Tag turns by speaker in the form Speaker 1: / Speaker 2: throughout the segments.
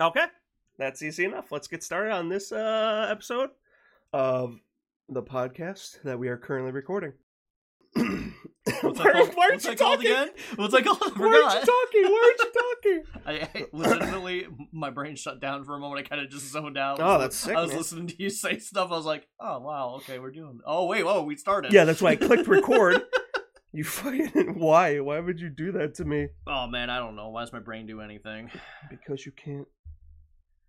Speaker 1: Okay, that's easy enough. Let's get started on this uh, episode of the podcast that we are currently recording.
Speaker 2: What's that
Speaker 1: Why-
Speaker 2: called?
Speaker 1: why aren't
Speaker 2: What's
Speaker 1: you
Speaker 2: that called
Speaker 1: talking?
Speaker 2: again? What's that called? I
Speaker 1: Why aren't
Speaker 2: forgot.
Speaker 1: you talking? Why aren't you talking?
Speaker 2: I, I legitimately, my brain shut down for a moment. I kind of just zoned out.
Speaker 1: Oh, that's sick,
Speaker 2: I was
Speaker 1: man.
Speaker 2: listening to you say stuff. I was like, oh wow, okay, we're doing. Oh wait, whoa, we started.
Speaker 1: yeah, that's why I clicked record. you fucking why? Why would you do that to me?
Speaker 2: Oh man, I don't know. Why does my brain do anything?
Speaker 1: Because you can't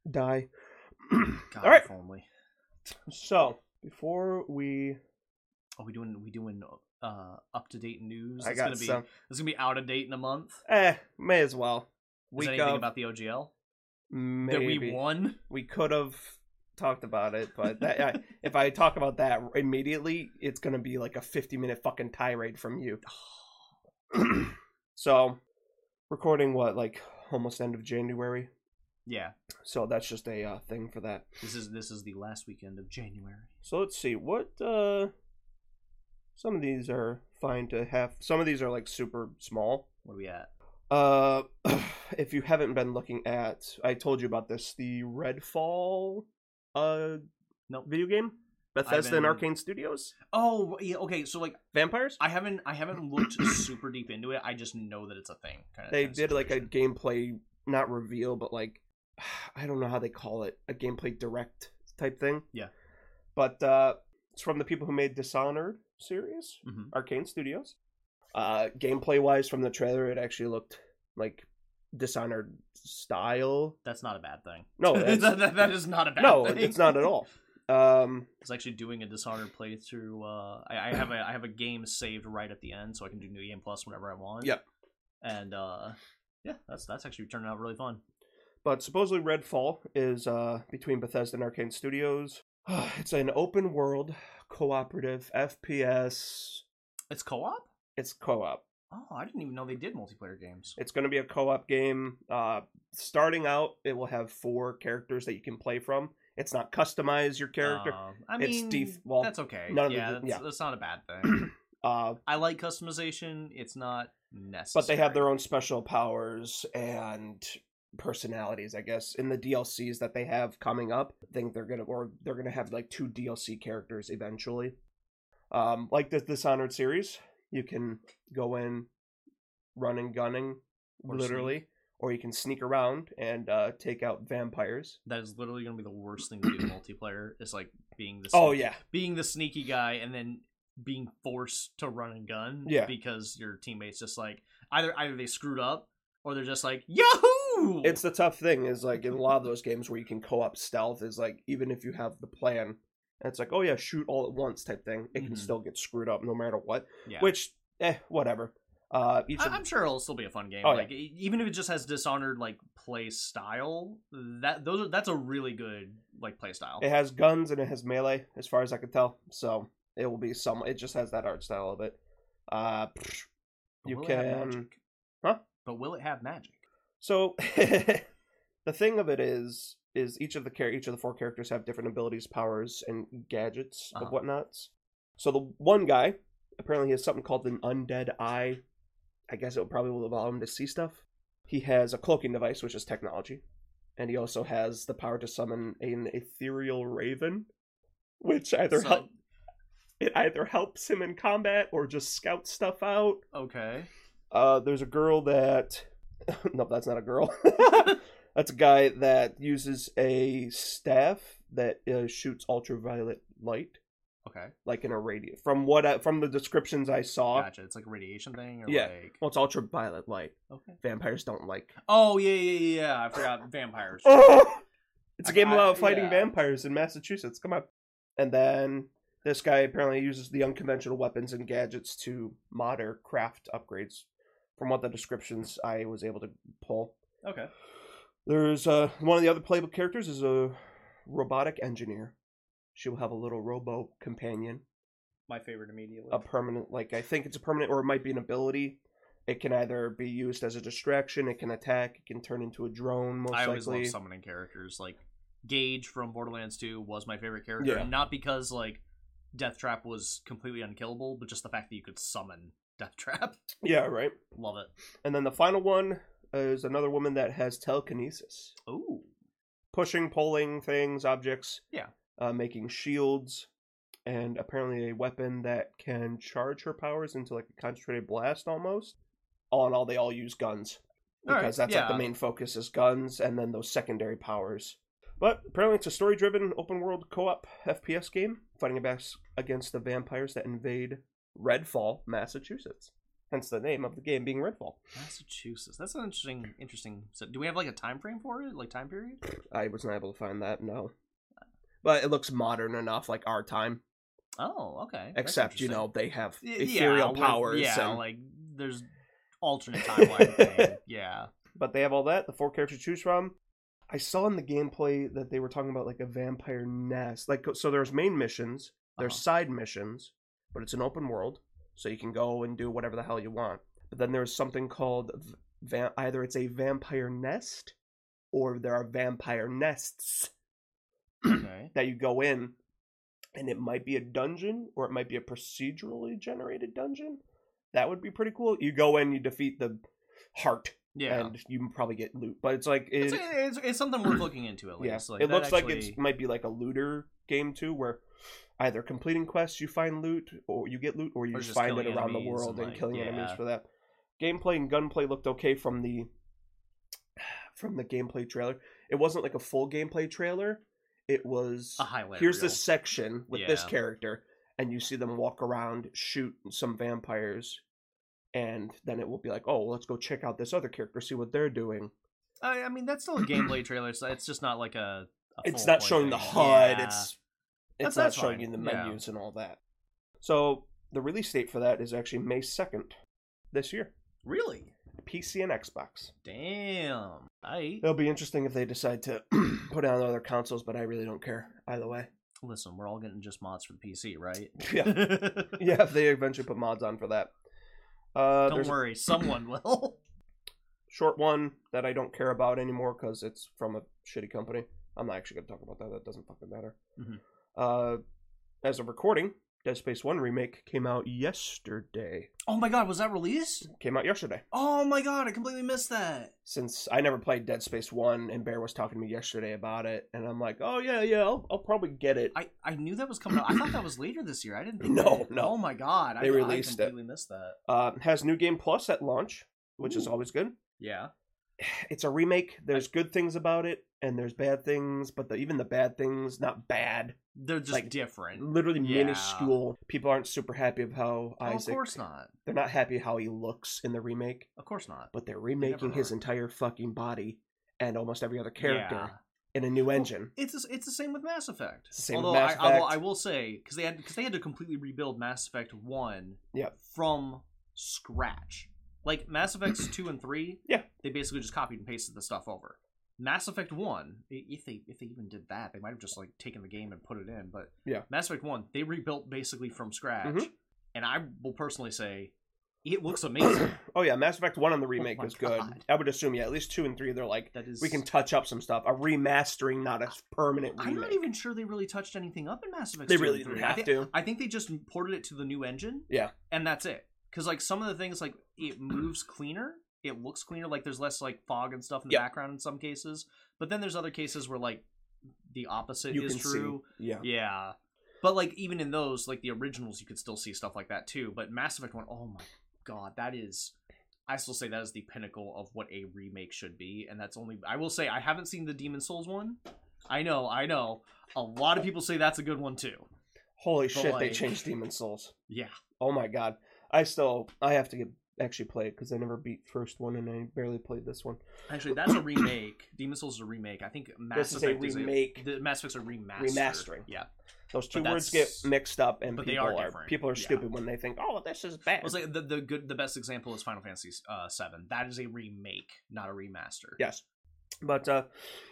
Speaker 1: die.
Speaker 2: God,
Speaker 1: All right.
Speaker 2: if only.
Speaker 1: So before we,
Speaker 2: Are we doing? We doing uh up to date news?
Speaker 1: I
Speaker 2: It's
Speaker 1: got
Speaker 2: gonna be,
Speaker 1: some.
Speaker 2: It's gonna be out of date in a month.
Speaker 1: Eh, may as well.
Speaker 2: Is
Speaker 1: We
Speaker 2: there
Speaker 1: could
Speaker 2: anything about the OGL
Speaker 1: maybe
Speaker 2: that we won?
Speaker 1: we could have talked about it, but that, I, if I talk about that immediately, it's gonna be like a fifty-minute fucking tirade from you. so, recording what like almost end of January.
Speaker 2: Yeah.
Speaker 1: So that's just a uh, thing for that.
Speaker 2: This is this is the last weekend of January.
Speaker 1: So let's see what uh some of these are fine to have. Some of these are like super small.
Speaker 2: What are we at?
Speaker 1: Uh if you haven't been looking at I told you about this, the Redfall uh
Speaker 2: Nope.
Speaker 1: video game Bethesda
Speaker 2: been-
Speaker 1: and Arcane Studios
Speaker 2: Oh yeah. Okay. So like.
Speaker 1: Vampires.
Speaker 2: I haven't I haven't looked super deep into it. I just know that it's a thing. Kind of
Speaker 1: They did like a gameplay not reveal but like I don't know how they call it, a gameplay direct type thing.
Speaker 2: Yeah.
Speaker 1: But uh it's from the people who made Dishonored series.
Speaker 2: Mhm.
Speaker 1: Arcane Studios. Uh, gameplay wise, from the trailer, it actually looked like Dishonored style.
Speaker 2: That's not a bad thing.
Speaker 1: No,
Speaker 2: that,
Speaker 1: that's,
Speaker 2: that- that is not a bad
Speaker 1: no,
Speaker 2: thing.
Speaker 1: it's not at all. Um,
Speaker 2: It's actually doing a Dishonored playthrough. Uh, I, I have a I have a game saved right at the end, so I can do New Game Plus whenever I want.
Speaker 1: Yep.
Speaker 2: And uh, yeah, that's that's actually turning out really fun.
Speaker 1: but supposedly Redfall is uh, between Bethesda and Arcane Studios. it's an open world cooperative FPS.
Speaker 2: It's co-op.
Speaker 1: It's co-op.
Speaker 2: Oh, I didn't even know they did multiplayer games.
Speaker 1: It's going to be a co-op game. Uh, starting out, it will have four characters that you can play from. It's not customize your character.
Speaker 2: Uh, I
Speaker 1: It's
Speaker 2: mean,
Speaker 1: def- well,
Speaker 2: that's okay.
Speaker 1: none of the-
Speaker 2: yeah, that's,
Speaker 1: yeah.
Speaker 2: that's not a bad thing.
Speaker 1: Uh,
Speaker 2: I like customization. It's not necessary.
Speaker 1: but they have their own special powers and personalities i guess in the dlcs that they have coming up i think they're gonna or they're gonna have like two dlc characters eventually um like the dishonored series you can go in running gunning
Speaker 2: Or
Speaker 1: literally or you can sneak around and uh take out vampires
Speaker 2: that is literally going to be the worst thing to do in multiplayer is like being the
Speaker 1: oh
Speaker 2: sneaky-
Speaker 1: yeah
Speaker 2: being the sneaky guy and then being forced to run and gun
Speaker 1: Yeah.
Speaker 2: because your teammates just like either either they screwed up or they're just like yahoo
Speaker 1: it's the tough thing is like in a lot of those games where you can co-op stealth is like even if you have the plan and it's like oh yeah shoot all at once type thing it can
Speaker 2: Mhm.
Speaker 1: still get screwed up no matter what
Speaker 2: yeah.
Speaker 1: which eh whatever uh each
Speaker 2: I-
Speaker 1: of
Speaker 2: I'm sure it'll still be a fun game.
Speaker 1: Oh, yeah.
Speaker 2: like e- even if it just has dishonored like play style, that those are that's a really good like play style.
Speaker 1: it has guns and it has melee as far as i can tell so it will be some it just has that art style of it uh
Speaker 2: But
Speaker 1: you
Speaker 2: will it have
Speaker 1: can-
Speaker 2: magic?
Speaker 1: Huh?
Speaker 2: But will it have magic?
Speaker 1: So the thing of it is is each of the char- each of the four characters have different abilities, powers, and gadgets
Speaker 2: Uh-huh.
Speaker 1: of whatnots. So the one guy apparently he has something called an undead eye. I guess it will probably will allow him to see stuff. He has a cloaking device, which is technology, and he also has the power to summon an ethereal raven, which either
Speaker 2: So-
Speaker 1: help it either helps him in combat or just scouts stuff out.
Speaker 2: okay.
Speaker 1: Uh, there's a girl that. no, that's not a girl. that's a guy that uses a staff that uh, shoots ultraviolet light,
Speaker 2: Okay.
Speaker 1: like in a radio. From what I, from the descriptions I saw,
Speaker 2: Gotcha. It's like a radiation thing or
Speaker 1: Yeah.
Speaker 2: like
Speaker 1: well, it's ultraviolet light.
Speaker 2: Okay.
Speaker 1: Vampires don't like.
Speaker 2: Oh yeah, yeah, yeah. yeah. I forgot vampires.
Speaker 1: Oh, it's a game
Speaker 2: I-
Speaker 1: about fighting
Speaker 2: yeah.
Speaker 1: vampires in Massachusetts. Come on, and then this guy apparently uses the unconventional weapons and gadgets to mod or craft upgrades. From what the descriptions I was able to pull.
Speaker 2: Okay.
Speaker 1: There's uh, one of the other playable characters is a robotic engineer. She will have a little robo companion,
Speaker 2: My favorite immediately.
Speaker 1: a permanent like I think it's a permanent or it might be an ability. It can either be used as a distraction, it can attack, it can turn into a drone most
Speaker 2: I always
Speaker 1: likely.
Speaker 2: love summoning characters. Like Gage from Borderlands 2 was my favorite character.
Speaker 1: Yeah.
Speaker 2: Not because like Death Trap was completely unkillable, but just the fact that you could summon Death Trap.
Speaker 1: Yeah, right.
Speaker 2: Love it.
Speaker 1: And then the final one is another woman that has telekinesis.
Speaker 2: Ooh.
Speaker 1: pushing, pulling things, objects.
Speaker 2: Yeah.
Speaker 1: Uh, making shields, and apparently a weapon that can charge her powers into like a concentrated blast almost. All in all, they all use guns
Speaker 2: All right,
Speaker 1: because that's like the
Speaker 2: yeah.
Speaker 1: main focus is guns, and then those secondary powers. But apparently, it's a story-driven, open-world co-op FPS game fighting against against the vampires that invade Redfall, Massachusetts. Hence the name of the game being Redfall.
Speaker 2: Massachusetts. That's an interesting, interesting. So, do we have like a time frame for it? Like time period?
Speaker 1: I was not able to find that. No, but it looks modern enough, like our time.
Speaker 2: Oh, okay. That's
Speaker 1: Except you
Speaker 2: interesting.
Speaker 1: know they have
Speaker 2: Y-
Speaker 1: ethereal
Speaker 2: with-
Speaker 1: powers.
Speaker 2: Yeah,
Speaker 1: and-
Speaker 2: like there's alternate timeline thing. Yeah.
Speaker 1: but they have all that. The four characters to choose from. I saw in the gameplay that they were talking about like a vampire nest. Like uh, so, there's main missions, there's
Speaker 2: Uh-huh.
Speaker 1: side missions, but it's an open world, so you can go and do whatever the hell you want. But then there's something called v- va- either it's a vampire nest, or there are vampire nests
Speaker 2: Okay.
Speaker 1: that you go in, and it might be a dungeon or it might be a procedurally generated dungeon. That would be pretty cool. You go in, you defeat the heart
Speaker 2: Yeah.
Speaker 1: and you probably get loot. But it's like it,
Speaker 2: it's, it's, it's something worth looking into at
Speaker 1: yeah,
Speaker 2: least. Like,
Speaker 1: it
Speaker 2: that
Speaker 1: looks like
Speaker 2: actually-
Speaker 1: it might be like a looter game too, where either completing quests you find loot or you get loot, or you
Speaker 2: Or
Speaker 1: just
Speaker 2: just
Speaker 1: find it
Speaker 2: killing
Speaker 1: around the
Speaker 2: enemies
Speaker 1: world and,
Speaker 2: and, like,
Speaker 1: killing enemies
Speaker 2: yeah.
Speaker 1: for that. Gameplay and gunplay looked okay from the from the gameplay trailer. It wasn't like a full gameplay trailer. It was
Speaker 2: a highlight.
Speaker 1: here's
Speaker 2: reel.
Speaker 1: this section with this
Speaker 2: Yeah.
Speaker 1: character and you see them walk around shoot some vampires and then it will be like oh let's go check out this other character see what they're doing
Speaker 2: Uh, I, I mean, that's still a gameplay trailer. So it's just not like a. a
Speaker 1: it's
Speaker 2: full
Speaker 1: not
Speaker 2: play
Speaker 1: showing the
Speaker 2: thing.
Speaker 1: hud
Speaker 2: Yeah.
Speaker 1: it's it's
Speaker 2: That's-
Speaker 1: not
Speaker 2: that's
Speaker 1: showing
Speaker 2: fine.
Speaker 1: you the
Speaker 2: Yeah.
Speaker 1: menus and all that so the release date for that is actually may 2nd this year
Speaker 2: really.
Speaker 1: pc and xbox
Speaker 2: Damn. I
Speaker 1: it'll be interesting if they decide to put it on other consoles but i really don't care either way
Speaker 2: listen. We're all getting just mods for the PC, right?
Speaker 1: yeah yeah if they eventually put mods on for that uh
Speaker 2: Don't
Speaker 1: there's a
Speaker 2: worry, someone will.
Speaker 1: short one that I don't care about anymore because it's from a shitty company. I'm not actually going to talk about that. That doesn't fucking matter.
Speaker 2: Mhm.
Speaker 1: Uh, as of recording, Dead Space One remake came out yesterday.
Speaker 2: Oh my god, was that released?
Speaker 1: Came out yesterday.
Speaker 2: Oh my god, I completely missed that.
Speaker 1: Since I never played Dead Space One, and Bear was talking to me yesterday about it, and I'm like, oh yeah, yeah, I'll, I'll probably get it.
Speaker 2: I, I knew that was coming out. I thought that was later this year. I didn't think
Speaker 1: No,
Speaker 2: that-
Speaker 1: no.
Speaker 2: Oh my god,
Speaker 1: They
Speaker 2: I,
Speaker 1: released it.
Speaker 2: I completely missed that.
Speaker 1: Uh, has New Game Plus at launch, which is
Speaker 2: Ooh.
Speaker 1: always good.
Speaker 2: Yeah.
Speaker 1: It's a remake. There's good things about it, and there's bad things, but the, even the bad things, not bad.
Speaker 2: They're just
Speaker 1: Like, mm,
Speaker 2: different.
Speaker 1: literally
Speaker 2: Yeah.
Speaker 1: minuscule. People aren't super happy of how
Speaker 2: Oh, of
Speaker 1: Isaac.
Speaker 2: course not.
Speaker 1: They're not happy how he looks in the remake,
Speaker 2: Of course not.
Speaker 1: but they're remaking
Speaker 2: never
Speaker 1: his
Speaker 2: are.
Speaker 1: entire fucking body and almost every other character
Speaker 2: Yeah.
Speaker 1: in a new
Speaker 2: Well,
Speaker 1: engine.
Speaker 2: It's the- it's the same with Mass Effect.
Speaker 1: It's the same with
Speaker 2: Although
Speaker 1: Mass
Speaker 2: I, I, will,
Speaker 1: Effect.
Speaker 2: I will say because they had because they had to completely rebuild Mass Effect one.
Speaker 1: Yep.
Speaker 2: From scratch, like Mass Effects two and three.
Speaker 1: Yeah.
Speaker 2: They basically just copied and pasted the stuff over. Mass Effect one, i- if they if they even did that, they might have just like taken the game and put it in. But
Speaker 1: Yeah.
Speaker 2: Mass Effect one, they rebuilt basically from scratch,
Speaker 1: Mhm.
Speaker 2: and I will personally say it looks amazing.
Speaker 1: oh yeah, Mass Effect One on the remake
Speaker 2: my
Speaker 1: was good.
Speaker 2: God.
Speaker 1: I would assume yeah, at least two and three. They're like
Speaker 2: that is
Speaker 1: we can touch up some stuff. A remastering, not a permanent
Speaker 2: I'm
Speaker 1: remake.
Speaker 2: not even sure they really touched anything up in Mass Effect.
Speaker 1: they
Speaker 2: 2
Speaker 1: really
Speaker 2: and
Speaker 1: didn't
Speaker 2: 3. I
Speaker 1: have
Speaker 2: think-
Speaker 1: to.
Speaker 2: I think they just ported it to the new engine.
Speaker 1: Yeah.
Speaker 2: And that's it. Because like some of the things, like it moves cleaner, it looks cleaner. Like there's less like fog and stuff in the
Speaker 1: Yeah.
Speaker 2: background in some cases. But then there's other cases where like the opposite
Speaker 1: You
Speaker 2: is
Speaker 1: can
Speaker 2: true.
Speaker 1: see. Yeah.
Speaker 2: Yeah. But like even in those, like the originals, you could still see stuff like that too. But Mass Effect one, oh my god, that is. I still say that is the pinnacle of what a remake should be, and that's only. I will say I haven't seen the Demon Souls one. I know, I know. A lot of people say that's a good one too.
Speaker 1: Holy
Speaker 2: But,
Speaker 1: shit, they
Speaker 2: like-
Speaker 1: changed Demon Souls.
Speaker 2: Yeah.
Speaker 1: Oh my god. I still I have to get actually play it because I never beat first one and I barely played this one.
Speaker 2: Actually, that's a remake. Demon Souls is a remake. I think Mass
Speaker 1: This is a
Speaker 2: Effect
Speaker 1: remake.
Speaker 2: Is a, the Mass Effect's a remaster.
Speaker 1: Remastering.
Speaker 2: Yeah.
Speaker 1: Those two
Speaker 2: But
Speaker 1: words get
Speaker 2: that's-
Speaker 1: mixed up, and
Speaker 2: but
Speaker 1: people
Speaker 2: they are
Speaker 1: are,
Speaker 2: different,
Speaker 1: people are
Speaker 2: yeah.
Speaker 1: stupid when they think, "Oh, this is bad."
Speaker 2: Well, it's like the, the good the best example is Final Fantasy uh, Seven. That is a remake, not a remaster.
Speaker 1: yes, but uh,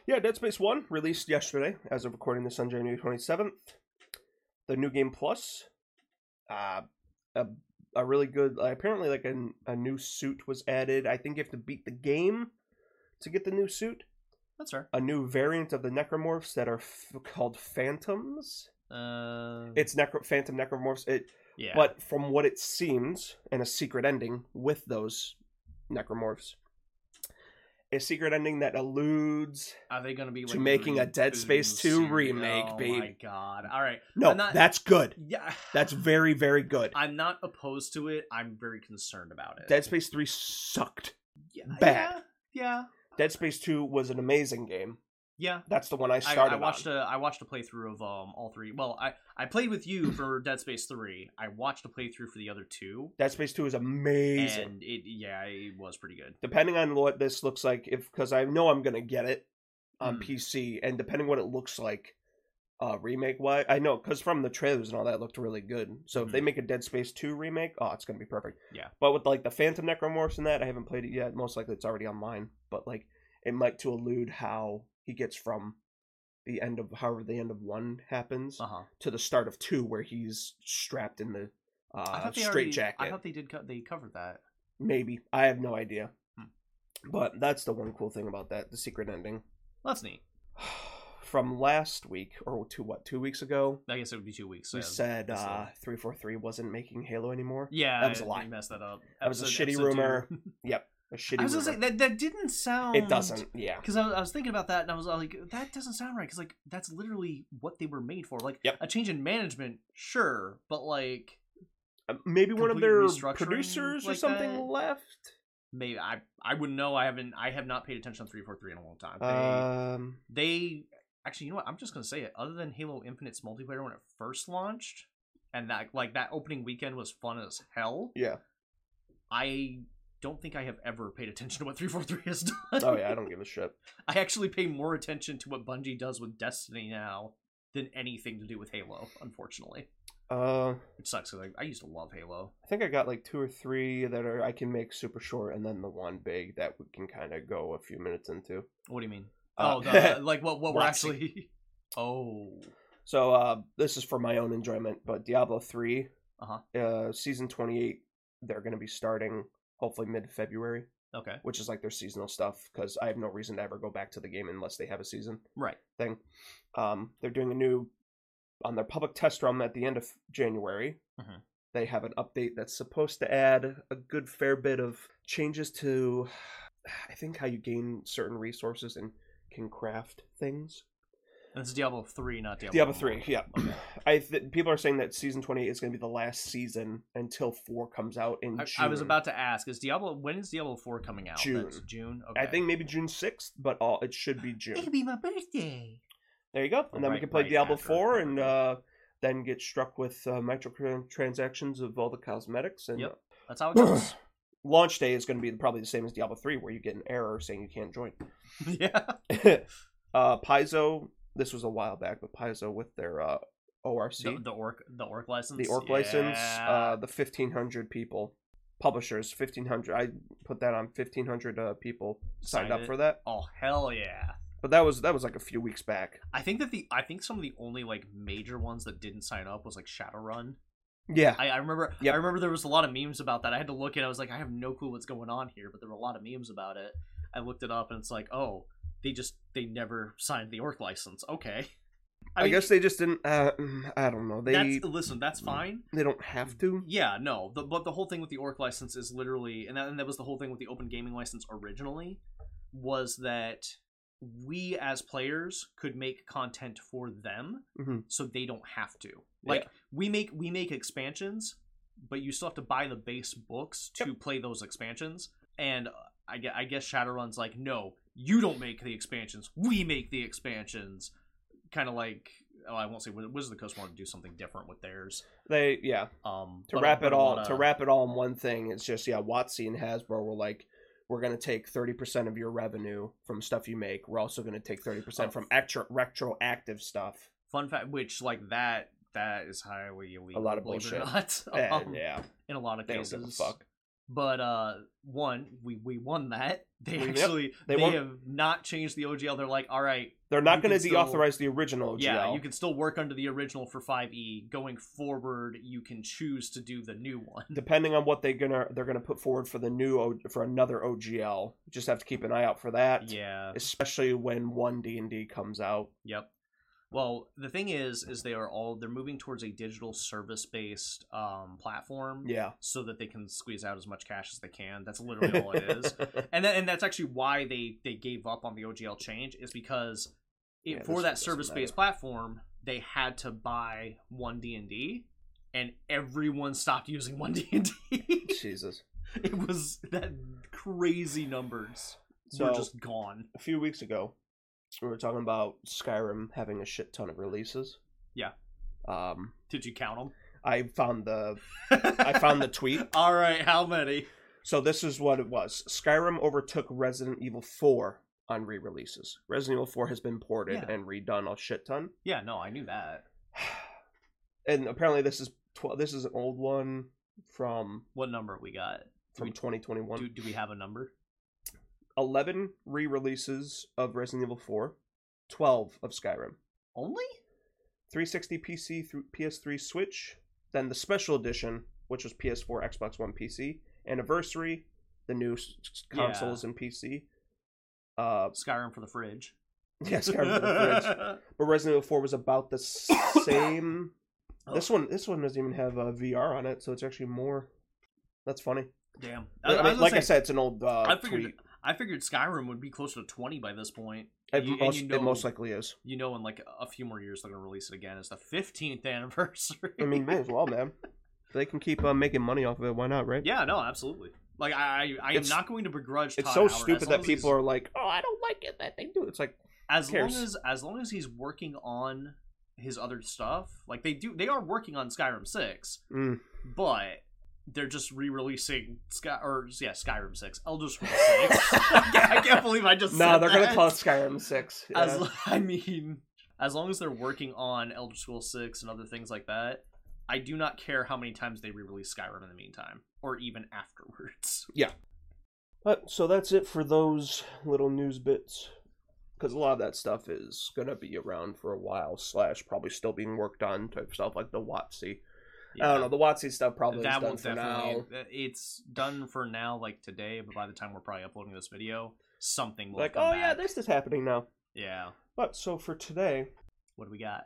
Speaker 1: yeah, Dead Space One released yesterday, as of recording this on January twenty seventh. The new game plus, uh, a a really good. Uh, apparently, like a a new suit was added. I think you have to beat the game to get the new suit.
Speaker 2: That's fair.
Speaker 1: A new variant of the Necromorphs that are f- called Phantoms.
Speaker 2: Uh,
Speaker 1: It's necro Phantom Necromorphs. It
Speaker 2: yeah.
Speaker 1: But from what it seems, and a secret ending with those necromorphs, a secret ending that alludes
Speaker 2: Are they going to be like
Speaker 1: To making a Dead
Speaker 2: rebooting
Speaker 1: Space 2
Speaker 2: series?
Speaker 1: remake,
Speaker 2: oh my
Speaker 1: baby.
Speaker 2: god! All right,
Speaker 1: no
Speaker 2: I'm not-
Speaker 1: that's good
Speaker 2: yeah,
Speaker 1: that's very very good
Speaker 2: I'm not opposed to it. I'm very concerned about it.
Speaker 1: dead space 3 sucked
Speaker 2: yeah,
Speaker 1: bad.
Speaker 2: Yeah,
Speaker 1: dead space 2 was an amazing game
Speaker 2: yeah.
Speaker 1: that's the one i
Speaker 2: I,
Speaker 1: started
Speaker 2: I watched
Speaker 1: on.
Speaker 2: a I watched a playthrough of um all three. Well, I I played with you for Dead Space three. I watched a playthrough for the other two,
Speaker 1: dead space 2 is amazing
Speaker 2: and it yeah it was pretty good.
Speaker 1: depending on what this looks like if because i know i'm gonna get it on
Speaker 2: Mm.
Speaker 1: pc and depending what it looks like uh remake wise i know because from the trailers and all that looked really good so if they
Speaker 2: Mhm.
Speaker 1: make a dead space 2 remake oh it's gonna be perfect
Speaker 2: Yeah.
Speaker 1: but with like the phantom necromorphs and that i haven't played it yet most likely it's already online but like it might to allude how he gets from the end of however the end of one happens
Speaker 2: Uh huh.
Speaker 1: to the start of two where he's strapped in the uh straight jacket
Speaker 2: I thought they did. Co- they covered that.
Speaker 1: maybe i have no idea
Speaker 2: Hmm.
Speaker 1: but that's the one cool thing about that the secret ending
Speaker 2: That's neat.
Speaker 1: from last week or two what two weeks ago
Speaker 2: I guess it would be two weeks.
Speaker 1: we
Speaker 2: so-
Speaker 1: said
Speaker 2: that's
Speaker 1: uh
Speaker 2: the-
Speaker 1: 343 wasn't making halo anymore
Speaker 2: yeah,
Speaker 1: that was a
Speaker 2: I-
Speaker 1: lie.
Speaker 2: I messed that up.
Speaker 1: That was a shitty
Speaker 2: two.
Speaker 1: rumor. a shitty
Speaker 2: I was gonna
Speaker 1: rumor.
Speaker 2: say that that didn't sound.
Speaker 1: it doesn't yeah
Speaker 2: Because I, was- I was thinking about that, and I was uh, like, that doesn't sound right. Because like that's literally what they were made for. Like
Speaker 1: Yep.
Speaker 2: a change in management, sure, but like
Speaker 1: Uh, maybe one of
Speaker 2: complete
Speaker 1: their
Speaker 2: restructuring
Speaker 1: producers or
Speaker 2: like
Speaker 1: something
Speaker 2: that?
Speaker 1: left
Speaker 2: maybe I I wouldn't know. I haven't I have not paid attention to three four three in a long time. They,
Speaker 1: um
Speaker 2: they actually, you know what? I'm just gonna say it. Other than Halo Infinite's multiplayer when it first launched, and that like that opening weekend was fun as hell.
Speaker 1: yeah
Speaker 2: I don't think I have ever paid attention to what 343 has done.
Speaker 1: oh yeah i don't give a shit
Speaker 2: I actually pay more attention to what Bungie does with Destiny now than anything to do with Halo, unfortunately.
Speaker 1: uh
Speaker 2: It sucks because I, I used to love Halo.
Speaker 1: i think i got like two or three that are i can make super short and then the one big that we can kind of go a few minutes into
Speaker 2: What do you mean?
Speaker 1: Uh,
Speaker 2: oh, the, like what, what we're
Speaker 1: Roxy.
Speaker 2: actually. Oh.
Speaker 1: So uh, this is for my own enjoyment, but Diablo three,
Speaker 2: Uh-huh.
Speaker 1: uh, season twenty eight, they're going to be starting hopefully mid February,
Speaker 2: Okay.
Speaker 1: which is like their seasonal stuff. Because I have no reason to ever go back to the game unless they have a season
Speaker 2: Right.
Speaker 1: thing. Um, they're doing a new on their public test run at the end of January.
Speaker 2: Mhm.
Speaker 1: They have an update that's supposed to add a good fair bit of changes to, I think, how you gain certain resources and can craft things.
Speaker 2: And this is Diablo 3, not Diablo
Speaker 1: Diablo
Speaker 2: one.
Speaker 1: three, yeah. I th- people are saying that season twenty eight is going to be the last season until four comes out in
Speaker 2: I,
Speaker 1: June.
Speaker 2: I was about to ask, is Diablo. When is Diablo 4 coming out?
Speaker 1: June.
Speaker 2: That's June? Okay.
Speaker 1: I think maybe June sixth, but all it should be June.
Speaker 2: be my birthday.
Speaker 1: There you go, and then we
Speaker 2: Right-
Speaker 1: can play
Speaker 2: right
Speaker 1: Diablo
Speaker 2: after
Speaker 1: four
Speaker 2: Call of
Speaker 1: and
Speaker 2: Duty.
Speaker 1: uh, then get struck with uh, microtransactions of all the cosmetics. And
Speaker 2: Yep. That's how it goes.
Speaker 1: launch day is going to be probably the same as Diablo three, where you get an error saying you can't join.
Speaker 2: yeah.
Speaker 1: uh, Paizo, this was a while back, but Paizo with their uh, ORC,
Speaker 2: The, the orc the orc license.
Speaker 1: the orc license
Speaker 2: Yeah.
Speaker 1: uh the 1500 people publishers 1500 i put that on 1500 uh, people signed,
Speaker 2: Signed
Speaker 1: up
Speaker 2: it.
Speaker 1: for that
Speaker 2: oh hell yeah.
Speaker 1: but that was that was like a few weeks back
Speaker 2: I think that the I think some of the only like major ones that didn't sign up was like Shadowrun.
Speaker 1: yeah
Speaker 2: I, I remember
Speaker 1: Yep.
Speaker 2: I remember there was a lot of memes about that. I had to look at. it. I was like, I have no clue what's going on here, but there were a lot of memes about it. I looked it up, and it's like, oh, they just they never signed the orc license. Okay,
Speaker 1: i,
Speaker 2: mean,
Speaker 1: guess they just didn't uh mm, i don't know they
Speaker 2: that's, Mm-hmm. listen. That's fine.
Speaker 1: they don't have to
Speaker 2: Yeah, no. The, but the whole thing with the orc license is literally, and that, and that was the whole thing with the open gaming license originally, was that we as players could make content for them,
Speaker 1: Mhm.
Speaker 2: so they don't have to. Like
Speaker 1: Yeah.
Speaker 2: we make we make expansions, but you still have to buy the base books to play those expansions. And uh, I, gue- I guess Shadowrun's like, no, you don't make the expansions. We make the expansions. Kind of like, oh, I won't say Wiz- Wizards of the Coast wanted to do something different with theirs.
Speaker 1: they yeah
Speaker 2: Um,
Speaker 1: to
Speaker 2: but-
Speaker 1: wrap
Speaker 2: but
Speaker 1: it
Speaker 2: a
Speaker 1: all
Speaker 2: lot
Speaker 1: to
Speaker 2: of-
Speaker 1: wrap it all in one thing it's just yeah watsi and hasbro were like we're going to take 30% of your revenue from stuff you make we're also going to take 30%
Speaker 2: Oh.
Speaker 1: from extra retroactive stuff
Speaker 2: fun fact, which like that that is highly illegal.
Speaker 1: lot of
Speaker 2: believe it or
Speaker 1: and,
Speaker 2: Not, um,
Speaker 1: yeah
Speaker 2: in a lot of
Speaker 1: they don't
Speaker 2: cases.
Speaker 1: give a fuck
Speaker 2: But uh, one we we won that. They
Speaker 1: We- yep,
Speaker 2: actually
Speaker 1: they
Speaker 2: they,
Speaker 1: won.
Speaker 2: have not changed the OGL. They're like, all right,
Speaker 1: they're not
Speaker 2: You can
Speaker 1: going to
Speaker 2: still-
Speaker 1: deauthorize the original OGL.
Speaker 2: yeah, you can still work under the original for five E. Going forward, you can choose to do the new one.
Speaker 1: depending on what they're gonna they're gonna put forward for the new o, for another OGL. Just have to keep an eye out for that.
Speaker 2: Yeah.
Speaker 1: Especially when one D and D comes out.
Speaker 2: Yep. Well, the thing is, is they are all they're moving towards a digital service based um, platform,
Speaker 1: Yeah.
Speaker 2: so that they can squeeze out as much cash as they can. That's literally all it is. And that, and that's actually why they they gave up on the OGL change is because it,
Speaker 1: Yeah,
Speaker 2: for
Speaker 1: this
Speaker 2: that
Speaker 1: shit doesn't
Speaker 2: service based platform they had to buy one D and D, and everyone stopped using one D and D.
Speaker 1: Jesus.
Speaker 2: It was that crazy numbers
Speaker 1: So
Speaker 2: were just gone.
Speaker 1: a few weeks ago, we were talking about Skyrim having a shit ton of releases.
Speaker 2: Yeah.
Speaker 1: Um,
Speaker 2: Did you count
Speaker 1: I found the
Speaker 2: them?
Speaker 1: I found the tweet.
Speaker 2: All right, how many?
Speaker 1: So this is what it was. Skyrim overtook Resident Evil 4 on re-releases. Resident Evil 4 has been ported
Speaker 2: Yeah.
Speaker 1: and redone a shit ton.
Speaker 2: Yeah, no, I knew that.
Speaker 1: And apparently this is tw- this is an old one from
Speaker 2: What number we got?
Speaker 1: from
Speaker 2: we-
Speaker 1: 2021.
Speaker 2: Do, do we have a number?
Speaker 1: 11 re-releases of Resident Evil 4, 12 of Skyrim.
Speaker 2: Only?
Speaker 1: 360 PC through PS3 Switch, then the special edition, which was PS4, Xbox One, PC, anniversary, the new s- s- consoles and PC. Uh,
Speaker 2: Skyrim for the fridge.
Speaker 1: yeah, Skyrim for the fridge. But Resident Evil 4 was about the s- same. This one, this one doesn't even have uh, VR on it, so it's actually more. That's funny.
Speaker 2: Damn.
Speaker 1: I mean,
Speaker 2: was
Speaker 1: like
Speaker 2: gonna
Speaker 1: I
Speaker 2: say,
Speaker 1: said, it's an old uh,
Speaker 2: I figured
Speaker 1: tweet.
Speaker 2: I figured Skyrim would be closer to twenty by this point.
Speaker 1: It,
Speaker 2: you- and
Speaker 1: most,
Speaker 2: you know-
Speaker 1: it most likely is.
Speaker 2: You know, in like a few more years, they're gonna release it again. It's the fifteenth anniversary.
Speaker 1: I mean, may as well, man. If they can keep uh, making money off of it. Why not, right?
Speaker 2: yeah, no, absolutely. Like I, I, I am
Speaker 1: It's-
Speaker 2: not going to begrudge.
Speaker 1: It's
Speaker 2: Todd
Speaker 1: so
Speaker 2: Howard as
Speaker 1: stupid
Speaker 2: long
Speaker 1: that
Speaker 2: as he's-
Speaker 1: people are like, "Oh, I don't like it that they do." it." It's like,
Speaker 2: as long
Speaker 1: cares?
Speaker 2: as as long as he's working on his other stuff like they do they are working on skyrim 6
Speaker 1: mm,
Speaker 2: but they're just re-releasing sky or yeah skyrim 6 elder scrolls 6 I, can't, I can't believe i just
Speaker 1: No,
Speaker 2: said
Speaker 1: they're gonna
Speaker 2: that.
Speaker 1: call it Skyrim Six. Yeah.
Speaker 2: as, i mean as long as they're working on elder scrolls 6 and other things like that i do not care how many times they re-release skyrim in the meantime or even afterwards
Speaker 1: but so that's it for those little news bits, because a lot of that stuff is gonna be around for a while. Slash, probably still being worked on type stuff like the WotC. I don't know the WotC stuff probably is
Speaker 2: that
Speaker 1: done
Speaker 2: will
Speaker 1: for
Speaker 2: definitely
Speaker 1: now.
Speaker 2: it's done for now like today but by the time we're probably uploading this video something will
Speaker 1: Like,
Speaker 2: come
Speaker 1: oh yeah,
Speaker 2: back.
Speaker 1: this is happening now.
Speaker 2: yeah
Speaker 1: But so for today,
Speaker 2: what do we got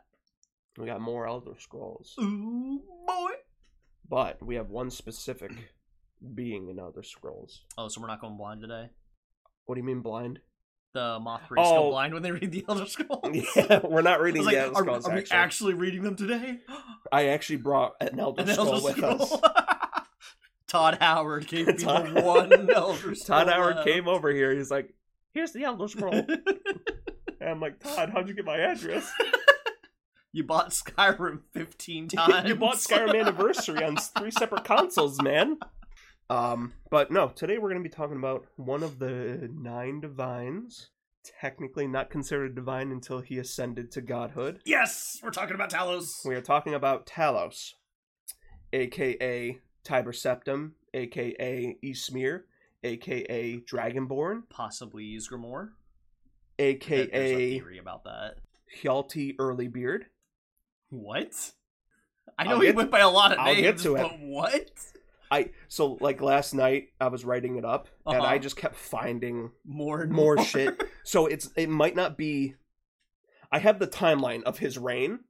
Speaker 1: we got more Elder Scrolls,
Speaker 2: ooh boy
Speaker 1: but we have one specific being in Elder Scrolls.
Speaker 2: oh so we're not going blind today
Speaker 1: What do you mean blind?
Speaker 2: the moth priests go
Speaker 1: Oh.
Speaker 2: blind when they read the elder scrolls
Speaker 1: yeah, we're not
Speaker 2: I
Speaker 1: reading
Speaker 2: was like,
Speaker 1: the Elder
Speaker 2: are,
Speaker 1: Scrolls.
Speaker 2: are we
Speaker 1: actually.
Speaker 2: actually reading them today?
Speaker 1: I actually brought an Elder
Speaker 2: An
Speaker 1: Scroll
Speaker 2: Elder
Speaker 1: with us.
Speaker 2: Scroll. Todd Howard gave me
Speaker 1: Todd-
Speaker 2: the one Elder Scroll.
Speaker 1: Todd Howard
Speaker 2: left.
Speaker 1: came over here. He's like, "Here's the Elder Scroll." and I'm like, "Todd, how'd you get my address?
Speaker 2: You bought Skyrim 15 times.
Speaker 1: you bought Skyrim Anniversary on three separate consoles, man." Um, but no, today we're gonna be talking about one of the nine divines. Technically not considered divine until he ascended to godhood.
Speaker 2: Yes, we're talking about Talos.
Speaker 1: We are talking about Talos, aka Tiber Septim, aka Ysmir, aka Dragonborn,
Speaker 2: possibly Isgrimor. There- There's a
Speaker 1: aka
Speaker 2: theory about that.
Speaker 1: Hjalti Earlybeard.
Speaker 2: What? I
Speaker 1: I'll
Speaker 2: know he
Speaker 1: get-
Speaker 2: went by a lot of
Speaker 1: I'll
Speaker 2: names,
Speaker 1: get to it.
Speaker 2: but what?
Speaker 1: I so like last night I was writing it up and
Speaker 2: Uh-huh.
Speaker 1: I just kept finding
Speaker 2: More and more,
Speaker 1: more shit. So it's it might not be I have the timeline of his reign,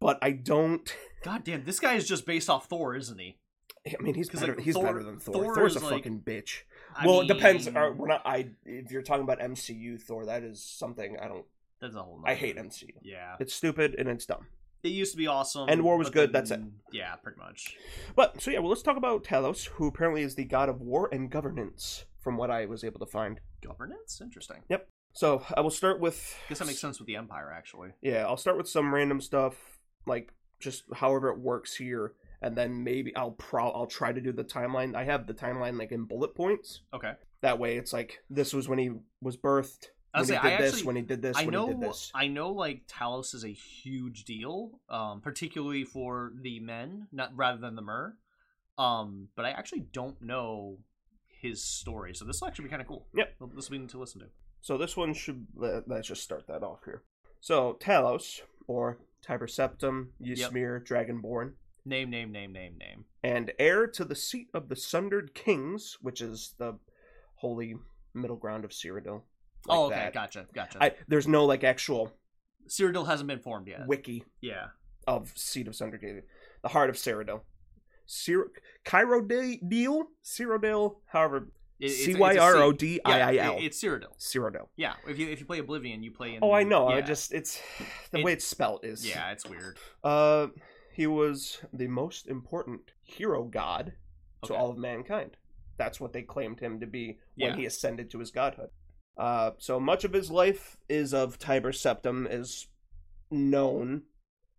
Speaker 1: but I don't
Speaker 2: God damn, this guy is just based off Thor, isn't he?
Speaker 1: I mean he's
Speaker 2: 'Cause,
Speaker 1: better
Speaker 2: like,
Speaker 1: he's
Speaker 2: Thor-
Speaker 1: better than Thor.
Speaker 2: Thor
Speaker 1: Thor's a
Speaker 2: is, like-
Speaker 1: fucking bitch.
Speaker 2: I
Speaker 1: well, it depends.
Speaker 2: mean,
Speaker 1: Are, we're not I if you're talking about MCU Thor, that is something I don't
Speaker 2: That's a whole.
Speaker 1: I
Speaker 2: nother-
Speaker 1: hate MCU.
Speaker 2: Yeah,
Speaker 1: It's stupid and it's dumb.
Speaker 2: it used to be awesome.
Speaker 1: And War was
Speaker 2: but
Speaker 1: good,
Speaker 2: then-
Speaker 1: that's it.
Speaker 2: Yeah, pretty much.
Speaker 1: But so yeah, well let's talk about Talos, who apparently is the god of war and governance from what I was able to find.
Speaker 2: Governance, interesting.
Speaker 1: So, I will start with
Speaker 2: Guess that makes sense with the Empire, actually.
Speaker 1: Yeah, I'll start with some random stuff, like just however it works here, and then maybe I'll pro I'll try to do the timeline. I have the timeline like in bullet points.
Speaker 2: Okay.
Speaker 1: That way, it's like this was when he was birthed.
Speaker 2: I
Speaker 1: When
Speaker 2: was
Speaker 1: he
Speaker 2: gonna
Speaker 1: did
Speaker 2: say, I
Speaker 1: this,
Speaker 2: actually-
Speaker 1: when he did this,
Speaker 2: I
Speaker 1: when he did
Speaker 2: know,
Speaker 1: this.
Speaker 2: I know, like Talos is a huge deal, um, particularly for the men, not rather than the Mer. Um, but I actually don't know his story, so this will actually be kind of cool.
Speaker 1: Yep.
Speaker 2: Well, this will be to listen to.
Speaker 1: So this one should let, let's just start that off here. So Talos or Tiber Septim,
Speaker 2: Yep.
Speaker 1: Ysmir, Dragonborn,
Speaker 2: Name, name, name, name, name.
Speaker 1: and heir to the seat of the Sundered Kings, which is the holy middle ground of Cyrodiil. like
Speaker 2: oh, okay,
Speaker 1: that.
Speaker 2: gotcha, gotcha.
Speaker 1: I, there's no like actual
Speaker 2: Cyrodiil hasn't been formed yet.
Speaker 1: wiki
Speaker 2: yeah.
Speaker 1: of Seed of Sundergate, the heart of Cyrodiil. Cyr- Chirodil? Cyrodiil? However,
Speaker 2: It- it's- it's a
Speaker 1: C
Speaker 2: C-
Speaker 1: Y R O D
Speaker 2: Yeah,
Speaker 1: I I L.
Speaker 2: it- It's Cyrodiil.
Speaker 1: Cyrodiil.
Speaker 2: Yeah. If you if you play Oblivion, you play in.
Speaker 1: Oh, I know. I
Speaker 2: yeah.
Speaker 1: just, it's the
Speaker 2: It-
Speaker 1: way it's spelt is.
Speaker 2: Yeah, it's weird.
Speaker 1: Uh, he was the most important hero god to
Speaker 2: Okay.
Speaker 1: all of mankind. That's what they claimed him to be when
Speaker 2: Yeah.
Speaker 1: he ascended to his godhood. Uh, so much of his life is of Tiber Septim is known,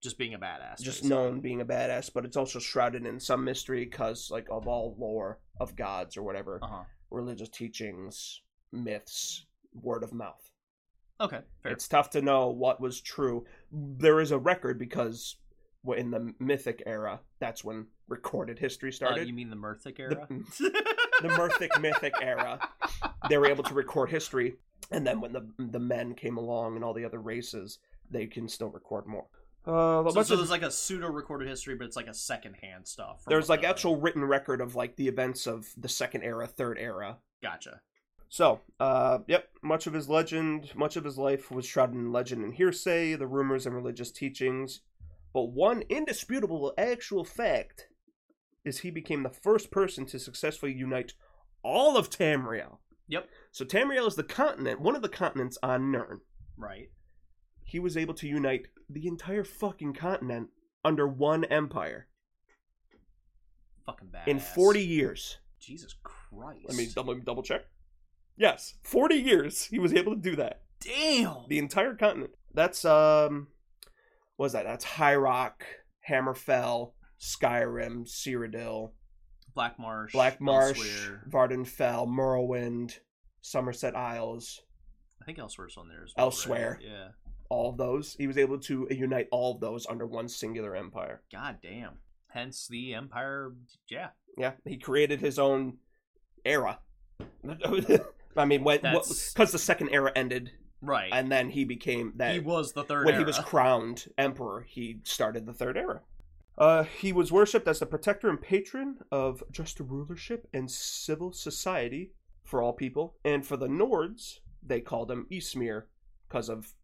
Speaker 2: Just being a badass.
Speaker 1: just
Speaker 2: basically.
Speaker 1: known being a badass, but it's also shrouded in some mystery because, like, of all lore of gods or whatever,
Speaker 2: Uh-huh.
Speaker 1: religious teachings, myths, word of mouth.
Speaker 2: Okay. Fair. Uh,
Speaker 1: It's tough to know what was true. There is a record because w- in the mythic era, that's when recorded history
Speaker 2: Uh,
Speaker 1: started.
Speaker 2: you mean the Mirthic era?
Speaker 1: the Mirthic mythic era, they were able to record history, and then when the the men came along and all the other races, they can still record more. Uh,
Speaker 2: so,
Speaker 1: much
Speaker 2: so
Speaker 1: of-
Speaker 2: there's like a pseudo recorded history, but it's like a secondhand stuff. from
Speaker 1: there's
Speaker 2: what
Speaker 1: like
Speaker 2: the-
Speaker 1: actual written record of like the events of the second era, third era,
Speaker 2: Gotcha.
Speaker 1: So, uh, yep, much of his legend, much of his life was shrouded in legend and hearsay, the rumors and religious teachings. But one indisputable actual fact is he became the first person to successfully unite all of Tamriel.
Speaker 2: Yep.
Speaker 1: So Tamriel is the continent, one of the continents on Nern.
Speaker 2: Right.
Speaker 1: He was able to unite the entire fucking continent under one empire
Speaker 2: Fucking badass.
Speaker 1: in 40 years.
Speaker 2: Jesus Christ.
Speaker 1: Let me, double, let me double check. Yes, 40 years he was able to do that.
Speaker 2: Damn.
Speaker 1: the entire continent. That's um, what is that? That's High Rock, Hammerfell, Skyrim, Cyrodiil,
Speaker 2: Black Marsh.
Speaker 1: Black Marsh,
Speaker 2: Elsewhere.
Speaker 1: Vardenfell, Morrowind, Somerset Isles,
Speaker 2: I think Elsewhere's on there as well. right?
Speaker 1: Elsewhere.
Speaker 2: Yeah.
Speaker 1: all of those. He was able to unite all of those under one singular empire.
Speaker 2: God damn. Hence the Empire. Yeah.
Speaker 1: Yeah, he created his own era. I mean, when
Speaker 2: That's-
Speaker 1: because the second era ended,
Speaker 2: Right.
Speaker 1: and then he became that
Speaker 2: he was the third
Speaker 1: when he
Speaker 2: era.
Speaker 1: was crowned emperor, he started the Third Era. Uh, he was worshipped as the protector and patron of just rulership and civil society for all people, and for the Nords, they called him Ismir because of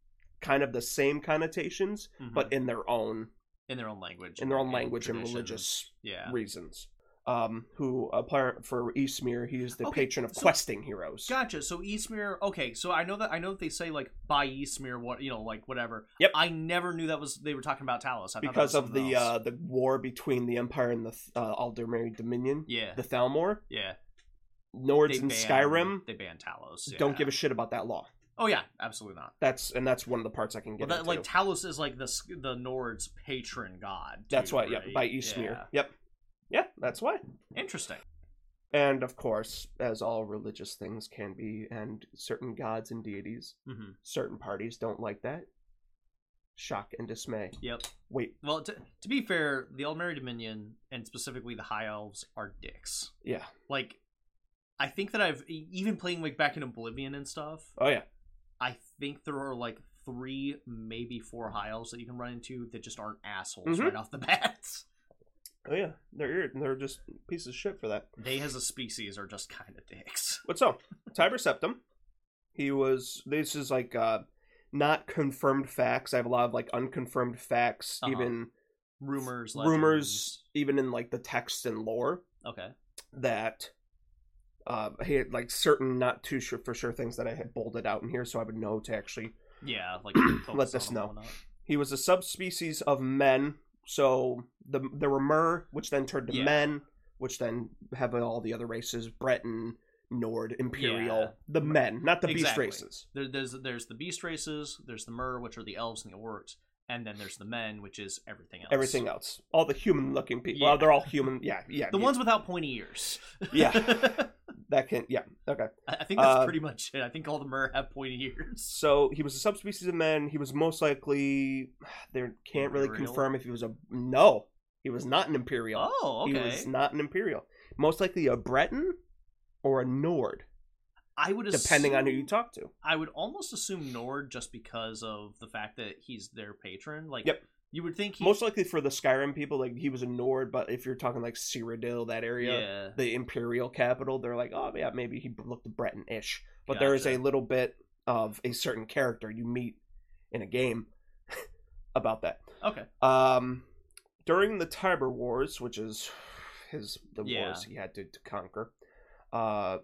Speaker 1: kind of the same connotations,
Speaker 2: Mhm.
Speaker 1: but in their own
Speaker 2: in their own language.
Speaker 1: in their own
Speaker 2: and
Speaker 1: language and
Speaker 2: traditions.
Speaker 1: religious
Speaker 2: Yeah.
Speaker 1: reasons. Um, who appar- for Ismir, he is the
Speaker 2: Okay,
Speaker 1: patron of
Speaker 2: so-
Speaker 1: questing heroes.
Speaker 2: Gotcha. So Eastmere, okay. So I know that I know that they say like by Eastmere, what you know, like whatever.
Speaker 1: Yep.
Speaker 2: I never knew that was they were talking about Talos I thought that was
Speaker 1: because of
Speaker 2: something
Speaker 1: the
Speaker 2: else.
Speaker 1: uh, the war between the Empire and the uh, Aldermary Dominion,
Speaker 2: yeah
Speaker 1: the Thalmor,
Speaker 2: yeah
Speaker 1: Nords
Speaker 2: They
Speaker 1: and
Speaker 2: ban-
Speaker 1: Skyrim
Speaker 2: They ban Talos.
Speaker 1: don't give a shit about that law.
Speaker 2: Oh yeah, absolutely not.
Speaker 1: That's and that's one of the parts I can
Speaker 2: Well,
Speaker 1: get
Speaker 2: that,
Speaker 1: into.
Speaker 2: like Talos is like the s- the Nord's patron god. too,
Speaker 1: that's why,
Speaker 2: right?
Speaker 1: yeah, by Eastmere.
Speaker 2: Yeah.
Speaker 1: Yep. Yeah, that's why.
Speaker 2: Interesting.
Speaker 1: And of course, as all religious things can be, and certain gods and deities,
Speaker 2: hmm
Speaker 1: certain parties don't like that. Shock and dismay.
Speaker 2: Yep.
Speaker 1: Wait,
Speaker 2: Well, to, to be fair, the Elmeri Dominion and specifically the High Elves are dicks.
Speaker 1: yeah.
Speaker 2: Like, I think that I've e- even playing like back in Oblivion and stuff.
Speaker 1: Oh yeah.
Speaker 2: I think there are like three, maybe four high elves that you can run into that just aren't assholes
Speaker 1: Mhm.
Speaker 2: right off the bat.
Speaker 1: Oh yeah. They're ir- they're just pieces of shit for that.
Speaker 2: They, as a species, are just kind of dicks.
Speaker 1: What's up? Tiber Septum. He was. This is like uh, not confirmed facts. I have a lot of like unconfirmed facts,
Speaker 2: Uh-huh.
Speaker 1: even
Speaker 2: Rumors,
Speaker 1: rumors, even in like the text and lore,
Speaker 2: legends. Okay,
Speaker 1: that uh, he had like certain not too sure for sure things that I had bolded out in here, so I would know to actually.
Speaker 2: yeah, like
Speaker 1: Let
Speaker 2: focus
Speaker 1: us
Speaker 2: on
Speaker 1: know.
Speaker 2: them and whatnot.
Speaker 1: He was a subspecies of men, so the there were Mer, which then turned to
Speaker 2: Yeah.
Speaker 1: men, which then have all the other races: Breton, Nord, Imperial,
Speaker 2: Yeah.
Speaker 1: the men, not the
Speaker 2: Exactly.
Speaker 1: beast races.
Speaker 2: There, there's there's the beast races, there's the mer, which are the elves and the orcs, and then there's the men, which is everything else.
Speaker 1: Everything else, all the human-looking people.
Speaker 2: Yeah.
Speaker 1: Well, they're all human. Yeah, yeah.
Speaker 2: The
Speaker 1: yeah.
Speaker 2: ones without pointy ears.
Speaker 1: Yeah.
Speaker 2: I
Speaker 1: that can. Yeah. Okay.
Speaker 2: I think that's
Speaker 1: Uh,
Speaker 2: pretty much it. I think all the mer have pointy ears.
Speaker 1: So he was a subspecies of man. He was most likely. They can't really
Speaker 2: Imperial?
Speaker 1: confirm if he was a. No, he was not an imperial.
Speaker 2: Oh,
Speaker 1: He
Speaker 2: okay.
Speaker 1: was not an imperial. Most likely a Breton or a Nord,
Speaker 2: I would
Speaker 1: depending on who
Speaker 2: assume-
Speaker 1: you talk to.
Speaker 2: I would almost assume Nord just because of the fact that he's their patron. Like,
Speaker 1: Yep.
Speaker 2: you would think he,
Speaker 1: Most likely for the Skyrim people, like he was a Nord. But if you're talking like Cyrodiil, that area,
Speaker 2: yeah,
Speaker 1: the imperial capital, they're like, oh yeah, maybe he looked Breton-ish. But there is a
Speaker 2: Gotcha.
Speaker 1: little bit of a certain character you meet in a game about that.
Speaker 2: Okay.
Speaker 1: Um, during the Tiber Wars, which is his the
Speaker 2: Yeah.
Speaker 1: wars he had to, to conquer, uh,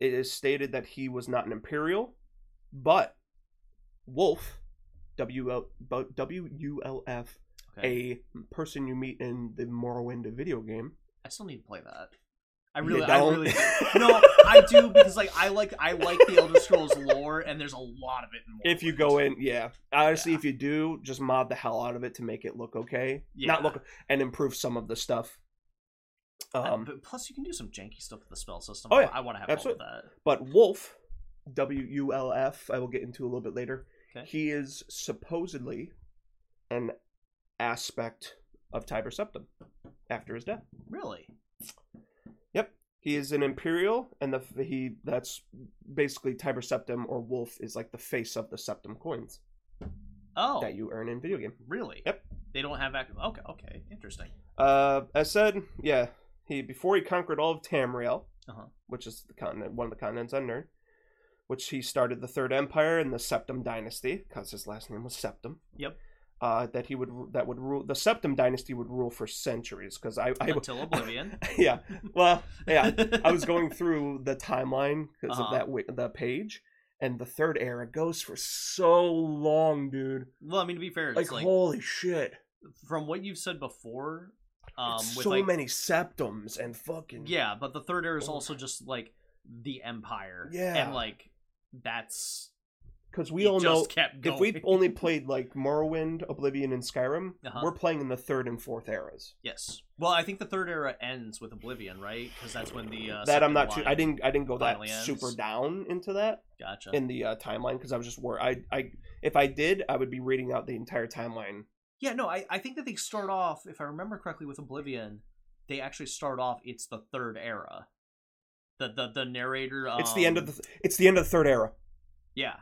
Speaker 1: it is stated that he was not an imperial, but Wolf, W L W U L F,
Speaker 2: Okay.
Speaker 1: a person you meet in the Morrowind video game.
Speaker 2: I still need to play that. I really,
Speaker 1: you
Speaker 2: I
Speaker 1: don't.
Speaker 2: really, no, I do because like I like I like the Elder Scrolls lore, and there's a lot of it. In
Speaker 1: If you go in, yeah. Honestly, if you do, just mod the hell out of it to make it look okay. Not
Speaker 2: Yeah.
Speaker 1: look and improve some of the stuff. Um,
Speaker 2: um, plus you can do some janky stuff with the spell system.
Speaker 1: Oh, yeah.
Speaker 2: I want to have
Speaker 1: Absolutely.
Speaker 2: all of that.
Speaker 1: But Wolf, W U L F, I will get into a little bit later.
Speaker 2: Okay.
Speaker 1: He is supposedly an aspect of Tiber Septim after his death.
Speaker 2: Really?
Speaker 1: He is an imperial, and the he that's basically Tiber Septim or Wolf is like the face of the Septim coins
Speaker 2: Oh,
Speaker 1: that you earn in video game.
Speaker 2: really?
Speaker 1: Yep.
Speaker 2: They don't have active. Okay, okay, interesting.
Speaker 1: Uh, as said, yeah, he before he conquered all of Tamriel,
Speaker 2: Uh-huh.
Speaker 1: which is the continent, one of the continents on Nerd, which he started the Third Empire and the Septim Dynasty, because his last name was Septim.
Speaker 2: Yep.
Speaker 1: Uh, that he would that would rule the Septim Dynasty would rule for centuries, because I, I
Speaker 2: Until Oblivion.
Speaker 1: yeah well yeah I was going through the timeline because of
Speaker 2: Uh-huh.
Speaker 1: that wi- the page. And the third era goes for so long, dude.
Speaker 2: well, I mean, to be fair, it's
Speaker 1: Like,
Speaker 2: like,
Speaker 1: holy shit!
Speaker 2: from what you've said before, um,
Speaker 1: it's
Speaker 2: with
Speaker 1: so
Speaker 2: like
Speaker 1: many septums and fucking
Speaker 2: Yeah, but the third era is
Speaker 1: Oh
Speaker 2: also just like the Empire.
Speaker 1: Yeah.
Speaker 2: And like that's
Speaker 1: Because we
Speaker 2: it
Speaker 1: all
Speaker 2: just
Speaker 1: know
Speaker 2: kept going.
Speaker 1: if we only played like Morrowind, Oblivion, and Skyrim,
Speaker 2: Uh-huh.
Speaker 1: we're playing in the third and fourth eras.
Speaker 2: Yes. Well, I think the third era ends with Oblivion, right? Because that's when the uh,
Speaker 1: that I'm not.
Speaker 2: Septim
Speaker 1: Too,
Speaker 2: Line-
Speaker 1: I didn't. I didn't go that
Speaker 2: finally ends.
Speaker 1: super down into that
Speaker 2: Gotcha.
Speaker 1: in the uh, timeline because I was just worried. I. I. If I did, I would be reading out the entire timeline.
Speaker 2: Yeah, no, I, I think that they start off, if I remember correctly, with Oblivion. They actually start off. It's the third era. The the the narrator. Um,
Speaker 1: it's the end of the. It's the end of the third era.
Speaker 2: Yeah.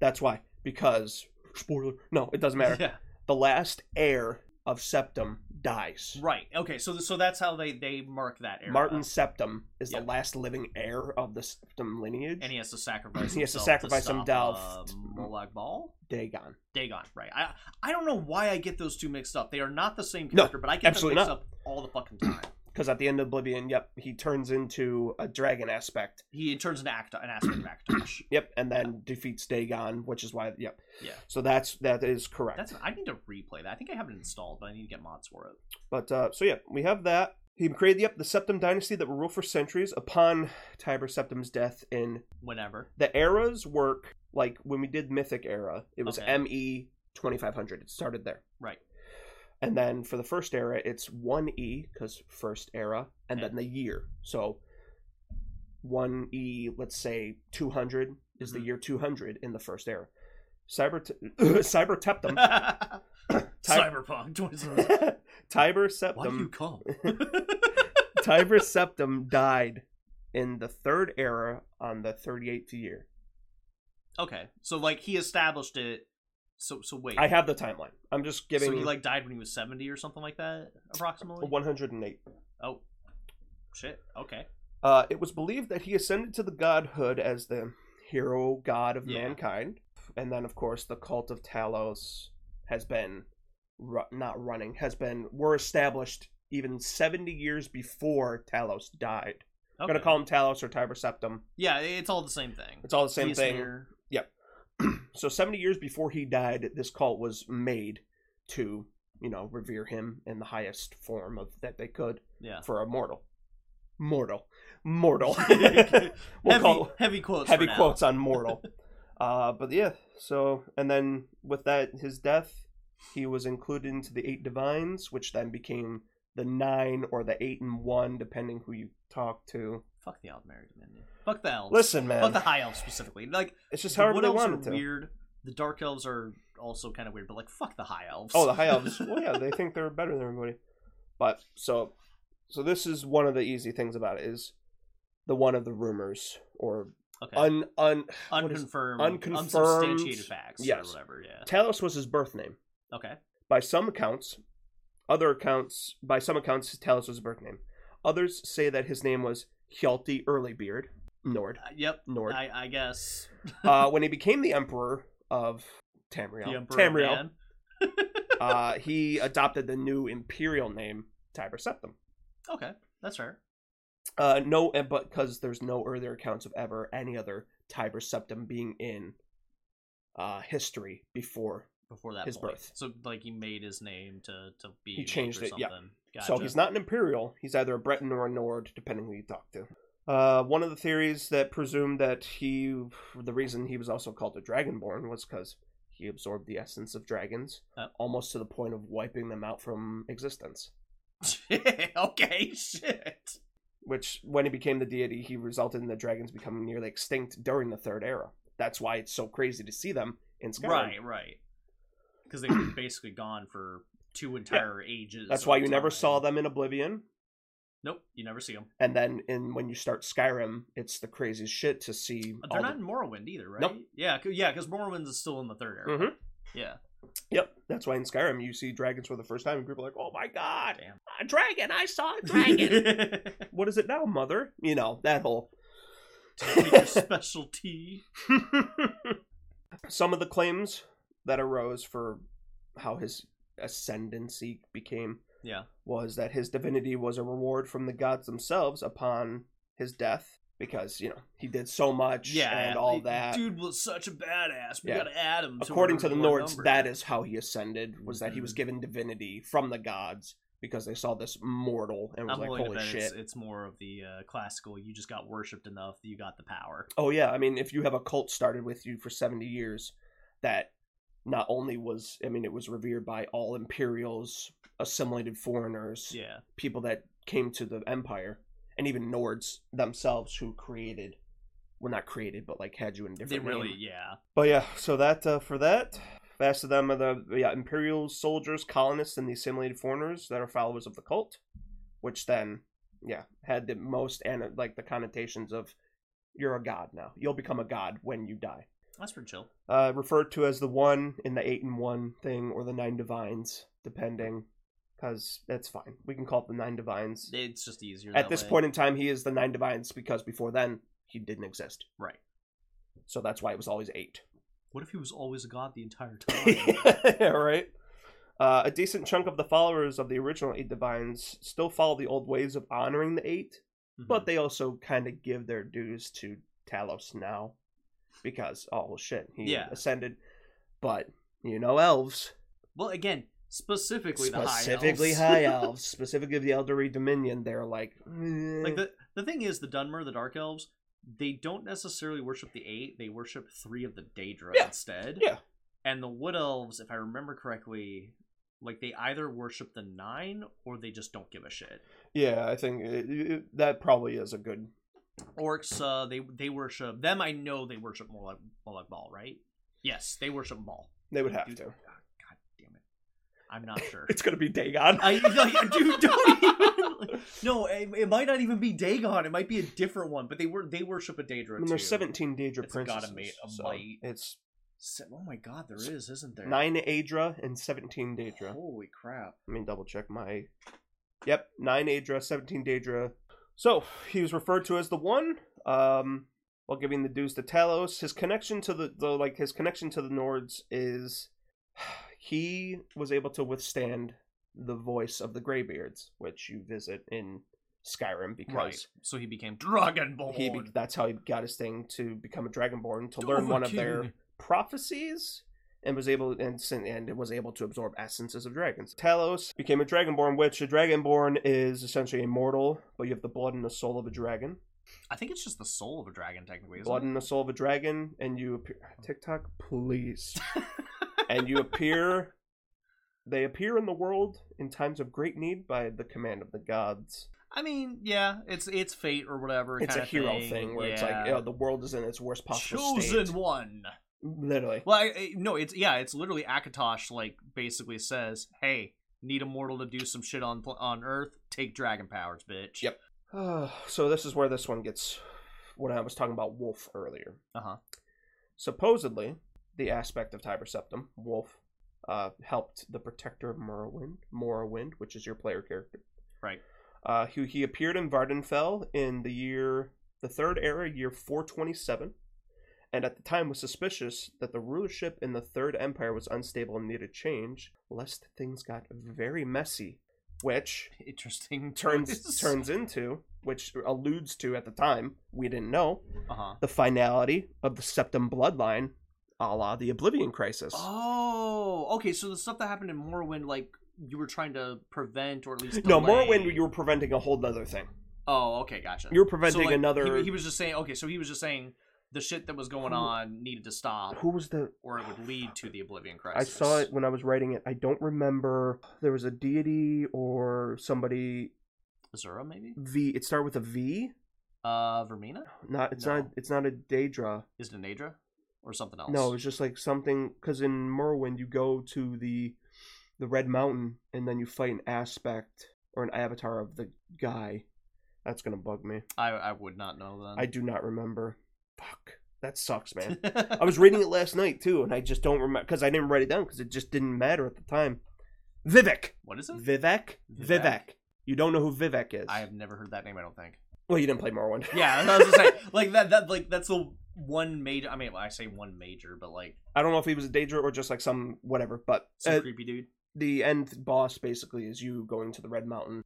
Speaker 1: That's why. Because spoiler. No, it doesn't matter.
Speaker 2: Yeah.
Speaker 1: The last heir of Septum dies.
Speaker 2: Right. Okay. So so that's how they they mark that era.
Speaker 1: Martin Septum is
Speaker 2: Yeah.
Speaker 1: the last living heir of the Septum lineage.
Speaker 2: And he has to sacrifice.
Speaker 1: He has to
Speaker 2: himself
Speaker 1: sacrifice
Speaker 2: stop,
Speaker 1: himself.
Speaker 2: Uh, Molag Ball.
Speaker 1: Dagon.
Speaker 2: Dagon, right? I I don't know why I get those two mixed up. They are not the same
Speaker 1: No,
Speaker 2: character, but I get them
Speaker 1: absolutely
Speaker 2: mixed
Speaker 1: not.
Speaker 2: up all the fucking time.
Speaker 1: Because at the end of Oblivion, yep, he turns into a dragon aspect.
Speaker 2: He turns into Act an aspect of Akatosh.
Speaker 1: Yep, and then defeats Dagon, which is why. Yep.
Speaker 2: Yeah.
Speaker 1: So that's that is correct.
Speaker 2: That's I need to replay that. I think I have it installed, but I need to get mods for it.
Speaker 1: But uh, so yeah, we have that. He created yep the Septim dynasty that will rule for centuries. Upon Tiber Septim's death, in
Speaker 2: Whenever.
Speaker 1: the eras work like when we did Mythic era, it was
Speaker 2: Okay.
Speaker 1: ME twenty five hundred. It started there.
Speaker 2: Right.
Speaker 1: And then for the first era, it's one E because first era, and
Speaker 2: Okay.
Speaker 1: then the year. So one E, let's say two hundred is the
Speaker 2: Mhm.
Speaker 1: year two hundred in the first era. Cyber t- Cyber Teptum
Speaker 2: Cyberpunk. 2077.
Speaker 1: Tiber
Speaker 2: Why do you
Speaker 1: Septum
Speaker 2: come?
Speaker 1: Tiber Septum died in the third era on the thirty eighth year.
Speaker 2: okay, so like he established it. So so wait.
Speaker 1: I have the timeline. I'm just giving
Speaker 2: so he like died when he was seventy or something like that, approximately.
Speaker 1: one hundred and eight.
Speaker 2: Oh, shit. Okay.
Speaker 1: Uh, it was believed that he ascended to the godhood as the hero god of
Speaker 2: Yeah.
Speaker 1: mankind. And then, of course, the cult of Talos has been ru- not running, has been, were established even 70 years before Talos died. I'm going
Speaker 2: Okay.
Speaker 1: to call him Talos or Tiber Septum.
Speaker 2: Yeah, it's all the same thing.
Speaker 1: It's all the same
Speaker 2: He's
Speaker 1: thing.
Speaker 2: here.
Speaker 1: So, 70 years before he died, this cult was made to, you know, revere him in the highest form of that they could
Speaker 2: Yeah.
Speaker 1: for a mortal. Mortal. Mortal.
Speaker 2: heavy,
Speaker 1: call-
Speaker 2: heavy quotes.
Speaker 1: heavy
Speaker 2: for now.
Speaker 1: quotes on mortal uh but yeah so and then with that his death he was included into the eight divines which then became the nine or the eight and one depending who you talk to
Speaker 2: Fuck the elf married dominion. Fuck the elves.
Speaker 1: listen man
Speaker 2: Fuck the high elves specifically. Like
Speaker 1: it's just
Speaker 2: the
Speaker 1: however
Speaker 2: wood
Speaker 1: they
Speaker 2: elves
Speaker 1: wanted
Speaker 2: are
Speaker 1: to
Speaker 2: weird. The dark elves are also kind of weird, but like fuck the high elves.
Speaker 1: oh the high elves well yeah they think they're better than everybody but so so this is one of the easy things about it is the one of the rumors or
Speaker 2: okay.
Speaker 1: un un what is-
Speaker 2: unconfirmed,
Speaker 1: unconfirmed-
Speaker 2: unsubstantiated facts.
Speaker 1: Yes.
Speaker 2: or whatever. Yeah.
Speaker 1: talos was his birth name
Speaker 2: Okay.
Speaker 1: By some accounts, other accounts, by some accounts, Talos was his birth name. Others say that his name was Hjalti Earlybeard, Nord,
Speaker 2: Uh, yep.
Speaker 1: Nord.
Speaker 2: I, I guess
Speaker 1: uh, when he became the emperor of Tamriel,
Speaker 2: the emperor.
Speaker 1: Tamriel,
Speaker 2: Man.
Speaker 1: uh, he adopted the new imperial name Tiber Septim.
Speaker 2: Okay, that's fair.
Speaker 1: Uh, no, and- but because there's no earlier accounts of ever any other Tiber Septim being in uh, history before.
Speaker 2: Before that,
Speaker 1: His
Speaker 2: point.
Speaker 1: birth.
Speaker 2: So like he made his name to to be.
Speaker 1: He
Speaker 2: Nick
Speaker 1: changed
Speaker 2: or
Speaker 1: it, yeah.
Speaker 2: something.
Speaker 1: So
Speaker 2: Gotcha.
Speaker 1: he's not an imperial. He's either a Breton or a Nord, depending who you talk to. Uh, one of the theories that presumed that he, the reason he was also called the Dragonborn was because he absorbed the essence of dragons,
Speaker 2: Oh.
Speaker 1: almost to the point of wiping them out from existence.
Speaker 2: okay, shit.
Speaker 1: which when he became the deity, he resulted in the dragons becoming nearly extinct during the Third Era. That's why it's so crazy to see them in Skyrim.
Speaker 2: Right, right. Because they were basically gone for two entire ages.
Speaker 1: That's
Speaker 2: of
Speaker 1: why you never
Speaker 2: time.
Speaker 1: saw them in Oblivion.
Speaker 2: Nope, you never see them.
Speaker 1: And then in when you start Skyrim, it's the craziest shit to see.
Speaker 2: They're
Speaker 1: all
Speaker 2: not
Speaker 1: the-
Speaker 2: in Morrowind either, right?
Speaker 1: Nope.
Speaker 2: Yeah, 'cause- yeah, because Morrowind is still in the third era.
Speaker 1: Mhm.
Speaker 2: Yeah.
Speaker 1: Yep, that's why in Skyrim you see dragons for the first time, and people are like, "Oh my god,
Speaker 2: Damn.
Speaker 1: a dragon! I saw a dragon! what is it now, mother?" You know that whole
Speaker 2: Take your specialty.
Speaker 1: some of the claims that arose for how his ascendancy became
Speaker 2: Yeah.
Speaker 1: was that his divinity was a reward from the gods themselves upon his death because you know he did so much
Speaker 2: Yeah.
Speaker 1: and all
Speaker 2: like,
Speaker 1: that
Speaker 2: Dude was such a badass. We
Speaker 1: Yeah.
Speaker 2: gotta add him.
Speaker 1: according to
Speaker 2: our-
Speaker 1: the
Speaker 2: our
Speaker 1: nords
Speaker 2: number.
Speaker 1: that is how he ascended was that he was
Speaker 2: Mhm.
Speaker 1: given divinity from the gods because they saw this mortal and was
Speaker 2: I'm
Speaker 1: like
Speaker 2: willing to
Speaker 1: holy
Speaker 2: bet
Speaker 1: shit
Speaker 2: It's, it's more of the uh, classical. You just got worshipped enough. You got the power.
Speaker 1: Oh yeah, I mean, if you have a cult started with you for seventy years, that not only was, I mean, it was revered by all Imperials, assimilated foreigners,
Speaker 2: Yeah.
Speaker 1: people that came to the Empire, and even Nords themselves who created, well, not created, but like had you in a
Speaker 2: They
Speaker 1: different.
Speaker 2: really.
Speaker 1: name.
Speaker 2: Yeah.
Speaker 1: But yeah, so that uh, for that, fast of them are the yeah Imperial soldiers, colonists, and the assimilated foreigners that are followers of the cult, which then yeah had the most and like the connotations of you're a god now. You'll become a god when you die.
Speaker 2: That's pretty chill.
Speaker 1: Uh, referred to as the one in the eight and one thing or the nine divines, depending, because that's fine. We can call it the nine divines.
Speaker 2: It's just easier.
Speaker 1: At
Speaker 2: that
Speaker 1: this
Speaker 2: way.
Speaker 1: point in time, he is the nine divines because before then he didn't exist.
Speaker 2: Right.
Speaker 1: So that's why it was always eight.
Speaker 2: What if he was always a god the entire time?
Speaker 1: yeah, right. Uh, a decent chunk of the followers of the original Eight Divines still follow the old ways of honoring the 8
Speaker 2: Mm-hmm.
Speaker 1: but they also kind of give their dues to Talos now because, oh well, shit, he
Speaker 2: Yeah.
Speaker 1: ascended. But you know, elves,
Speaker 2: well, again, specifically the high
Speaker 1: specifically
Speaker 2: elves.
Speaker 1: high elves, specifically the Eldery Dominion, they're like, eh.
Speaker 2: like the the thing is, the Dunmer, the Dark Elves, they don't necessarily worship the eight. They worship three of the Daedra
Speaker 1: Yeah.
Speaker 2: instead.
Speaker 1: Yeah.
Speaker 2: And the Wood Elves, if I remember correctly, like they either worship the nine or they just don't give a shit.
Speaker 1: yeah, I think uh, it, it- that probably is a good.
Speaker 2: Orcs, uh, they they worship them. I know they worship more like more like Ball, right? Yes, they worship Ball.
Speaker 1: They would have
Speaker 2: Dude,
Speaker 1: to.
Speaker 2: ah, God damn it, I'm not sure.
Speaker 1: It's gonna be Dagon.
Speaker 2: I like, dude, don't even. No, it, it might not even be Dagon. It might be a different one. But they were they worship a Daedra
Speaker 1: I mean,
Speaker 2: too.
Speaker 1: there's 17 Daedra
Speaker 2: It's a god
Speaker 1: princesses.
Speaker 2: of mate- of
Speaker 1: so
Speaker 2: might.
Speaker 1: It's
Speaker 2: Se- Oh my God, there is, isn't there?
Speaker 1: Nine Adra and seventeen Daedra.
Speaker 2: Holy crap!
Speaker 1: Let me double check my. Yep, nine Adra, seventeen Daedra. So he was referred to as the One. Um, while giving the dues to Talos, his connection to the, the like his connection to the Nords is he was able to withstand the voice of the Greybeards, which you visit in Skyrim because
Speaker 2: Right. So he became Dragonborn.
Speaker 1: he be- that's how he got his thing to become a Dragonborn to learn one of their prophecies and was able and sin- and was able to absorb essences of dragons. Talos became a dragonborn, which a dragonborn is essentially immortal, but you have the blood and the soul of a dragon.
Speaker 2: I think it's just the soul of a dragon, technically. Isn't
Speaker 1: blood
Speaker 2: it?
Speaker 1: and the soul of a dragon, and you appear TikTok, please. and you appear they appear in the world in times of great need by the command of the gods.
Speaker 2: I mean, yeah, it's it's fate or whatever.
Speaker 1: It's a
Speaker 2: kinda
Speaker 1: hero thing, where it's like
Speaker 2: yeah.
Speaker 1: you know, the world is in its worst possible
Speaker 2: chosen
Speaker 1: state.
Speaker 2: one.
Speaker 1: Literally.
Speaker 2: Well, I, I- no, it's yeah, it's literally Akatosh. Like basically says, hey, need a mortal to do some shit on pl- on Earth. Take dragon powers, bitch.
Speaker 1: Yep. so this is where this one gets when I was talking about wolf earlier.
Speaker 2: Uh-huh.
Speaker 1: Supposedly, the aspect of Tiber Septim, wolf, uh, helped the protector of Morrowind, Morrowind, which is your player character.
Speaker 2: Right.
Speaker 1: Uh, he, he appeared in Vardenfell in the year, the third era, year 427, and at the time was suspicious that the rulership in the Third Empire was unstable and needed change, lest things got very messy, which
Speaker 2: Interesting
Speaker 1: turns turns into, which alludes to at the time, we didn't know,
Speaker 2: Uh huh.
Speaker 1: the finality of the Septim bloodline, a la the Oblivion Crisis.
Speaker 2: Oh, okay. So the stuff that happened in Morrowind, like you were trying to prevent or at least
Speaker 1: no,
Speaker 2: delay.
Speaker 1: Morrowind, you were preventing a whole other thing.
Speaker 2: Oh, okay, gotcha.
Speaker 1: You were preventing
Speaker 2: like, he-
Speaker 1: another.
Speaker 2: He, was just saying. Okay, so he was just saying the shit that was going
Speaker 1: Who-
Speaker 2: on needed to stop,
Speaker 1: Who was the?
Speaker 2: or it would lead to the Oblivion
Speaker 1: I
Speaker 2: Crisis.
Speaker 1: saw it when I was writing it. I don't remember. There was a deity or somebody.
Speaker 2: Azura, maybe.
Speaker 1: V. It started with a V.
Speaker 2: Uh, Vermina
Speaker 1: Not. It's not.
Speaker 2: No.
Speaker 1: It's not a Daedra.
Speaker 2: is it Nadra, or something else.
Speaker 1: No, it's just like something. Because in Morrowind, you go to the the Red Mountain, and then you fight an aspect or an avatar of the guy. That's gonna bug me.
Speaker 2: I I would not know
Speaker 1: I
Speaker 2: then.
Speaker 1: do not remember. Fuck. That sucks, man.
Speaker 2: I
Speaker 1: I was reading it last night too, and I just don't remember because I didn't write it down because it just didn't matter at the time. Vivek.
Speaker 2: What is it?
Speaker 1: Vivek.
Speaker 2: Vivek.
Speaker 1: Vivek. You don't know who Vivek is.
Speaker 2: I have never heard that name. I don't think.
Speaker 1: Well, you didn't play Morrowind.
Speaker 2: Yeah, I was just saying like that. That like that's the one major. I mean, I say one major, but like
Speaker 1: I don't know if he was a Daedra or just like some whatever, but
Speaker 2: some
Speaker 1: uh,
Speaker 2: creepy dude.
Speaker 1: the end boss basically is you going to the Red Mountain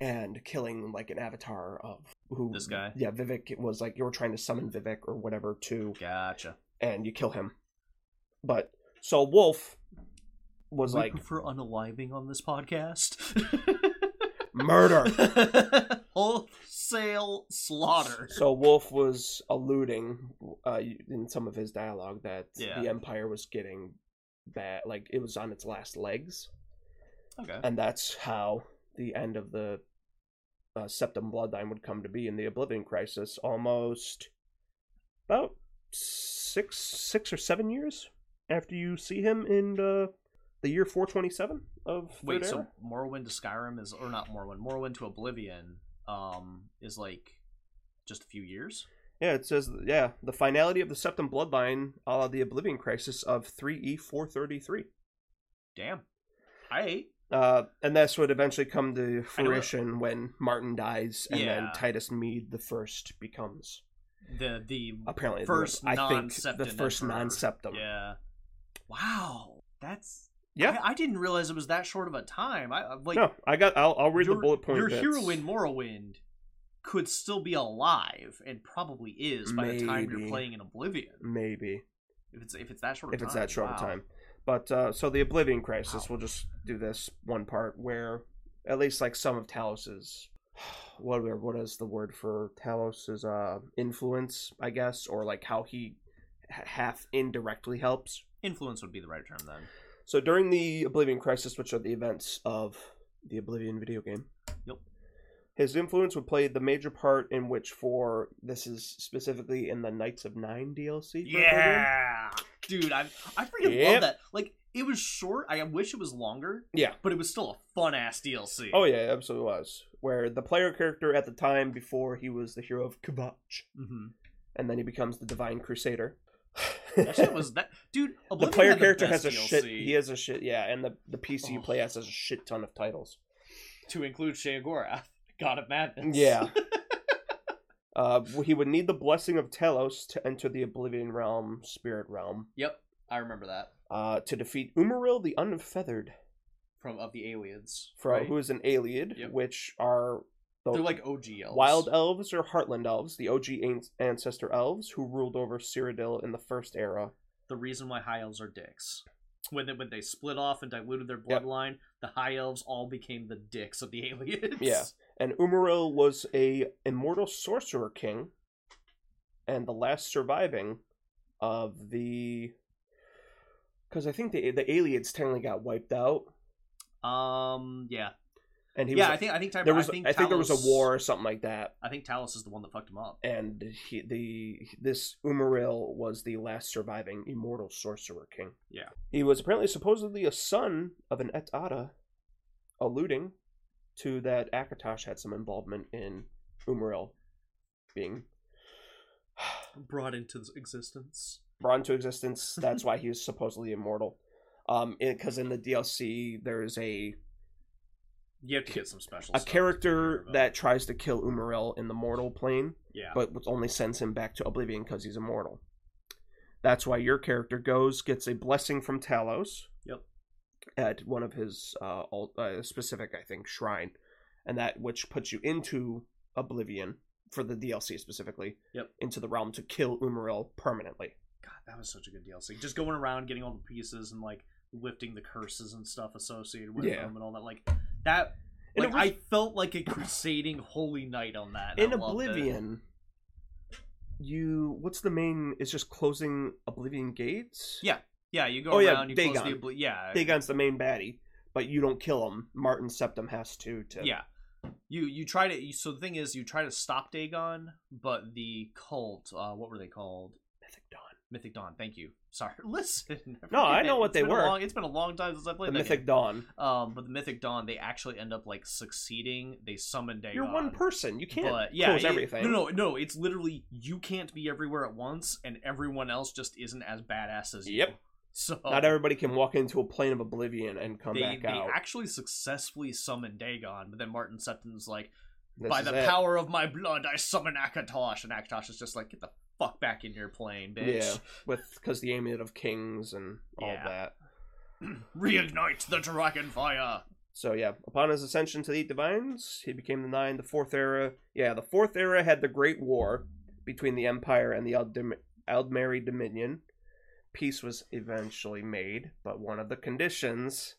Speaker 1: and killing like an avatar of who
Speaker 2: This guy?
Speaker 1: Yeah, Vivek was like you were trying to summon Vivek or whatever to,
Speaker 2: Gotcha.
Speaker 1: and you kill him. But so Wolf was
Speaker 2: we
Speaker 1: like
Speaker 2: prefer unaliving on this podcast.
Speaker 1: murder.
Speaker 2: Wholesale slaughter.
Speaker 1: So Wolf was alluding uh, in some of his dialogue that
Speaker 2: Yeah.
Speaker 1: the Empire was getting that, like it was on its last legs,
Speaker 2: Okay.
Speaker 1: and that's how the end of the uh, Septim Bloodline would come to be in the Oblivion Crisis, almost about six, six or seven years after you see him in the the year 427 of Third
Speaker 2: Wait, so
Speaker 1: Era.
Speaker 2: Morrowind to Skyrim is, or not Morrowind, Morrowind to Oblivion, um, is like just a few years.
Speaker 1: Yeah, it says yeah the finality of the Septim Bloodline, a la the Oblivion Crisis of E 3E 433.
Speaker 2: Damn. I hate.
Speaker 1: Uh, and that's what eventually come to
Speaker 2: I know it-
Speaker 1: fruition when Martin dies, and then
Speaker 2: Yeah.
Speaker 1: Titus Mead the first becomes
Speaker 2: the the
Speaker 1: apparently
Speaker 2: first
Speaker 1: the, I think the
Speaker 2: non-septum
Speaker 1: first
Speaker 2: emperor.
Speaker 1: non-septum.
Speaker 2: Yeah. Wow, that's
Speaker 1: Yeah.
Speaker 2: I, I didn't realize it was that short of a time. I like
Speaker 1: no, I got. I'll, I'll read the
Speaker 2: your,
Speaker 1: bullet point.
Speaker 2: Your
Speaker 1: bits.
Speaker 2: hero in Morrowind could still be alive and probably is by the time you're
Speaker 1: Maybe.
Speaker 2: playing in Oblivion.
Speaker 1: maybe
Speaker 2: If it's if it's that short of
Speaker 1: if
Speaker 2: time.
Speaker 1: it's that short
Speaker 2: wow.
Speaker 1: of time. But uh, so the Oblivion Crisis,
Speaker 2: Wow.
Speaker 1: we'll just do this one part where at least like some of Talos's what what is the word for Talos's uh, influence, I guess, or like how he h- half indirectly helps
Speaker 2: Influence would be the right term then.
Speaker 1: So during the Oblivion Crisis, which are the events of the Oblivion video game,
Speaker 2: Yep.
Speaker 1: his influence would play the major part in which, for this is specifically in the Knights of Nine DLC. for Oblivion.
Speaker 2: Yeah. Dude, I I freaking
Speaker 1: Yep.
Speaker 2: love that. Like it was short. I wish it was longer,
Speaker 1: yeah.
Speaker 2: but it was still a fun ass DLC.
Speaker 1: Oh yeah, it absolutely was. Where the player character at the time before he was the hero of Kvatch,
Speaker 2: hmm
Speaker 1: and then he becomes the Divine Crusader.
Speaker 2: That shit was that dude.
Speaker 1: the
Speaker 2: Oblivion
Speaker 1: player
Speaker 2: had the
Speaker 1: character has
Speaker 2: best
Speaker 1: a
Speaker 2: DLC
Speaker 1: shit. He has a shit. Yeah, and the the PC you
Speaker 2: Oh.
Speaker 1: play has a shit ton of titles.
Speaker 2: to include Sheogorath, God of Madness.
Speaker 1: Yeah. uh, he would need the blessing of Telos to enter the Oblivion Realm, Spirit Realm,
Speaker 2: Yep, I remember that
Speaker 1: uh, to defeat Umaril the Unfeathered,
Speaker 2: from of the aliens.
Speaker 1: from,
Speaker 2: right?
Speaker 1: who is an alien,
Speaker 2: Yep.
Speaker 1: which are the
Speaker 2: They're like OG elves.
Speaker 1: wild elves or heartland elves, the OG an- ancestor elves who ruled over Cyrodiil in the First Era.
Speaker 2: the reason why high elves are dicks. When they, when they split off and diluted their bloodline, the high elves all became the dicks of the aliens.
Speaker 1: Yeah. And Umaril was a immortal sorcerer king, and the last surviving of the. Because I think the the aliens technically got wiped out,
Speaker 2: Um. Yeah.
Speaker 1: and he
Speaker 2: yeah.
Speaker 1: was
Speaker 2: I think. I think. Tyr-
Speaker 1: there was
Speaker 2: I
Speaker 1: I
Speaker 2: think,
Speaker 1: think, there was a
Speaker 2: Talos-
Speaker 1: war or something like that
Speaker 2: I think Talos is the one that fucked him up.
Speaker 1: and he, the this Umaril was the last surviving immortal sorcerer king.
Speaker 2: Yeah.
Speaker 1: He was apparently supposedly a son of an Et Ada, alluding to that Akatosh had some involvement in Umaril being
Speaker 2: Brought into existence.
Speaker 1: brought into existence. That's why he was supposedly immortal. Um, because in the DLC there is a
Speaker 2: You have to get some special.
Speaker 1: a
Speaker 2: stuff to hear
Speaker 1: character
Speaker 2: about.
Speaker 1: that tries to kill Umaril in the mortal plane.
Speaker 2: Yeah.
Speaker 1: but which only sends him back to oblivion because he's immortal. That's why your character goes gets a blessing from Talos.
Speaker 2: Yep.
Speaker 1: At one of his uh, all, uh specific, I think, shrine, and that which puts you into Oblivion for the DLC specifically.
Speaker 2: Yep.
Speaker 1: Into the realm to kill Umarill permanently.
Speaker 2: God, that was such a good DLC. Just going around getting all the pieces and like lifting the curses and stuff associated with
Speaker 1: Yeah.
Speaker 2: them and all that. Like that.
Speaker 1: In
Speaker 2: Like,
Speaker 1: Obli-
Speaker 2: I felt like a crusading holy knight on that. and
Speaker 1: in
Speaker 2: I loved it.
Speaker 1: Oblivion, you what's the main? It's just closing Oblivion gates.
Speaker 2: Yeah, Yeah, you go
Speaker 1: Oh, yeah,
Speaker 2: around. you close the
Speaker 1: Dagon.
Speaker 2: obli- yeah,
Speaker 1: Dagon's the main baddie, but you don't kill him. Martin Septum has to. to
Speaker 2: yeah. You you try to. You, so the thing is, you try to stop Dagon, but the cult. Uh, what were they called?
Speaker 1: Mythic Dawn.
Speaker 2: Mythic Dawn. Thank you. Sorry. Listen.
Speaker 1: No, I
Speaker 2: forget.
Speaker 1: know what
Speaker 2: It's
Speaker 1: they
Speaker 2: been a
Speaker 1: were.
Speaker 2: long- it's been a long time since I
Speaker 1: The
Speaker 2: played that
Speaker 1: Mythic
Speaker 2: game.
Speaker 1: Dawn.
Speaker 2: Um, but the Mythic Dawn, they actually end up like succeeding. They summon Dagon.
Speaker 1: You're one person. You can't
Speaker 2: but yeah,
Speaker 1: close
Speaker 2: it-
Speaker 1: everything.
Speaker 2: No, no, no. It's literally you can't be everywhere at once, and everyone else just isn't as badass as you.
Speaker 1: Yep.
Speaker 2: So
Speaker 1: Not everybody can walk into a plane of oblivion and come
Speaker 2: they,
Speaker 1: back
Speaker 2: they
Speaker 1: out.
Speaker 2: actually successfully summon Dagon, but then Martin Septon's like,
Speaker 1: This
Speaker 2: by
Speaker 1: is
Speaker 2: the
Speaker 1: it.
Speaker 2: power of my blood, I summon Akatosh, and Akatosh is just like, get the fuck back in your plane, bitch.
Speaker 1: with because the amulet of kings and all
Speaker 2: Yeah.
Speaker 1: that.
Speaker 2: Reignite the dragon fire.
Speaker 1: So yeah, upon his ascension to the Eight Divines, he became the Nine. The Fourth Era, yeah, the Fourth Era had the Great War between the Empire and the Aldem- Aldmeri Dominion. Peace was eventually made, but one of the conditions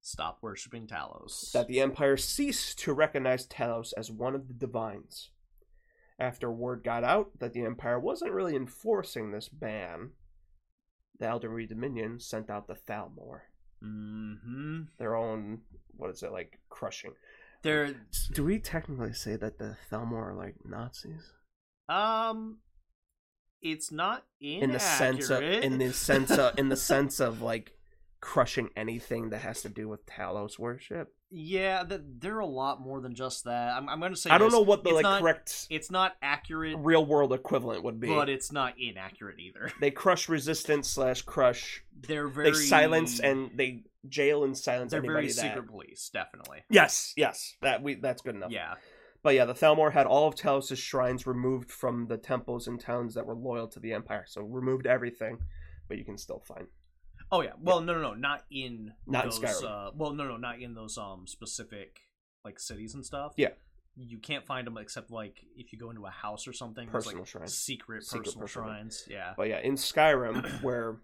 Speaker 2: Stop worshipping Talos.
Speaker 1: that the Empire cease to recognize Talos as one of the Divines. After word got out that the Empire wasn't really enforcing this ban, the Aldmeri Dominion sent out the Thalmor,
Speaker 2: hmm
Speaker 1: their own what is it like crushing.
Speaker 2: They're
Speaker 1: Do we technically say that the Thalmor are like Nazis
Speaker 2: um, it's not inaccurate.
Speaker 1: in the sense of in the sense of in the sense of like crushing anything that has to do with Talos worship?
Speaker 2: Yeah, th- they're a lot more than just that. I'm, I'm going to say
Speaker 1: I don't
Speaker 2: this.
Speaker 1: know what the
Speaker 2: it's
Speaker 1: like
Speaker 2: not,
Speaker 1: correct
Speaker 2: It's not accurate,
Speaker 1: real world equivalent would be.
Speaker 2: but it's not inaccurate either.
Speaker 1: they crush resistance slash crush.
Speaker 2: They're very
Speaker 1: They silence and they jail and silence
Speaker 2: they're
Speaker 1: anybody
Speaker 2: very
Speaker 1: that.
Speaker 2: secret police, definitely.
Speaker 1: Yes, yes, that we that's good enough.
Speaker 2: Yeah,
Speaker 1: But yeah, the Thalmor had all of Talos' shrines removed from the temples and towns that were loyal to the Empire, so removed everything. But you can still find
Speaker 2: Oh yeah. Well, no, no, no, not in
Speaker 1: Not in
Speaker 2: those,
Speaker 1: Skyrim.
Speaker 2: Uh, well, no, no, not in those um specific like cities and stuff.
Speaker 1: Yeah.
Speaker 2: you can't find them except like if you go into a house or something. there's,
Speaker 1: personal
Speaker 2: like,
Speaker 1: shrines.
Speaker 2: secret,
Speaker 1: Secret
Speaker 2: personal
Speaker 1: personal-
Speaker 2: shrines. Yeah.
Speaker 1: But yeah, in Skyrim, where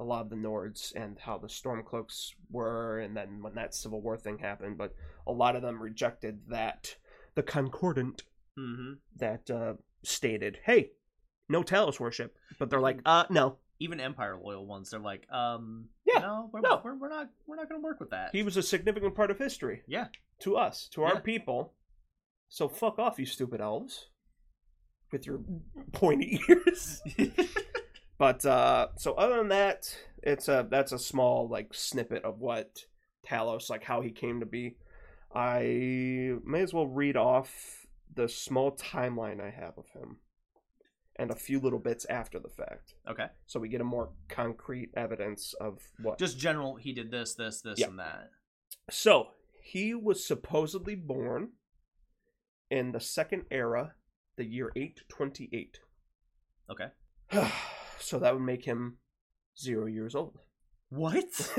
Speaker 1: a lot of the Nords and how the Stormcloaks were, and then when that Civil War thing happened, but a lot of them rejected that the Concordant
Speaker 2: Mm-hmm.
Speaker 1: that uh, stated, "Hey, no Talos worship," but they're
Speaker 2: Mm.
Speaker 1: like, "Uh, no."
Speaker 2: Even Empire loyal ones, they're like, um,
Speaker 1: Yeah,
Speaker 2: no, we're,
Speaker 1: no.
Speaker 2: we're, we're not, we're not gonna work with that.
Speaker 1: He was a significant part of history.
Speaker 2: Yeah.
Speaker 1: To us, to our
Speaker 2: Yeah.
Speaker 1: people. So fuck off, you stupid elves, with your pointy ears. But uh, so other than that, it's a that's a small like snippet of what Talos like how he came to be. I may as well read off the small timeline I have of him, and a few little bits after the fact,
Speaker 2: okay.
Speaker 1: so we get a more concrete evidence of what.
Speaker 2: Just general, he did this, this, this,
Speaker 1: Yeah.
Speaker 2: and that.
Speaker 1: So he was supposedly born in the Second Era, the year eight twenty eight.
Speaker 2: Okay.
Speaker 1: so that would make him zero years old.
Speaker 2: What? he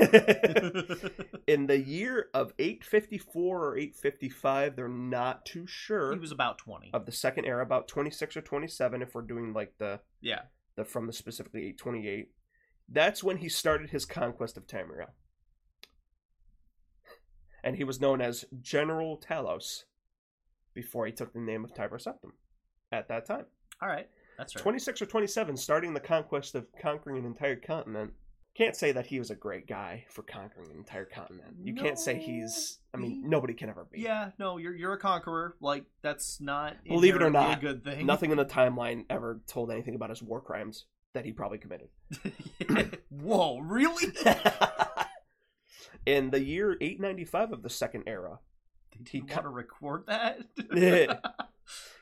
Speaker 1: in the year of 854 or 855 they're not too sure
Speaker 2: was about twenty.
Speaker 1: of the second era about 26 or 27 if we're doing like the
Speaker 2: yeah.
Speaker 1: the from the specifically 828 that's when he started his conquest of tamriel and he was known as general talos before he took the name of tiber septim at that time
Speaker 2: All right. That's right.
Speaker 1: 26 or 27 starting the conquest of conquering an entire continent can't say that he was a great guy for conquering an entire continent you can't say
Speaker 2: No.
Speaker 1: he's i mean nobody can ever be
Speaker 2: Yeah, no, you're you're a conqueror. Like that's not
Speaker 1: Believe it or
Speaker 2: inherently
Speaker 1: not,
Speaker 2: a good thing.
Speaker 1: nothing in the timeline ever told anything about his war crimes that he probably committed
Speaker 2: Whoa, really?
Speaker 1: in the year 895 of the second era
Speaker 2: Did
Speaker 1: He
Speaker 2: you
Speaker 1: co-
Speaker 2: want to record that?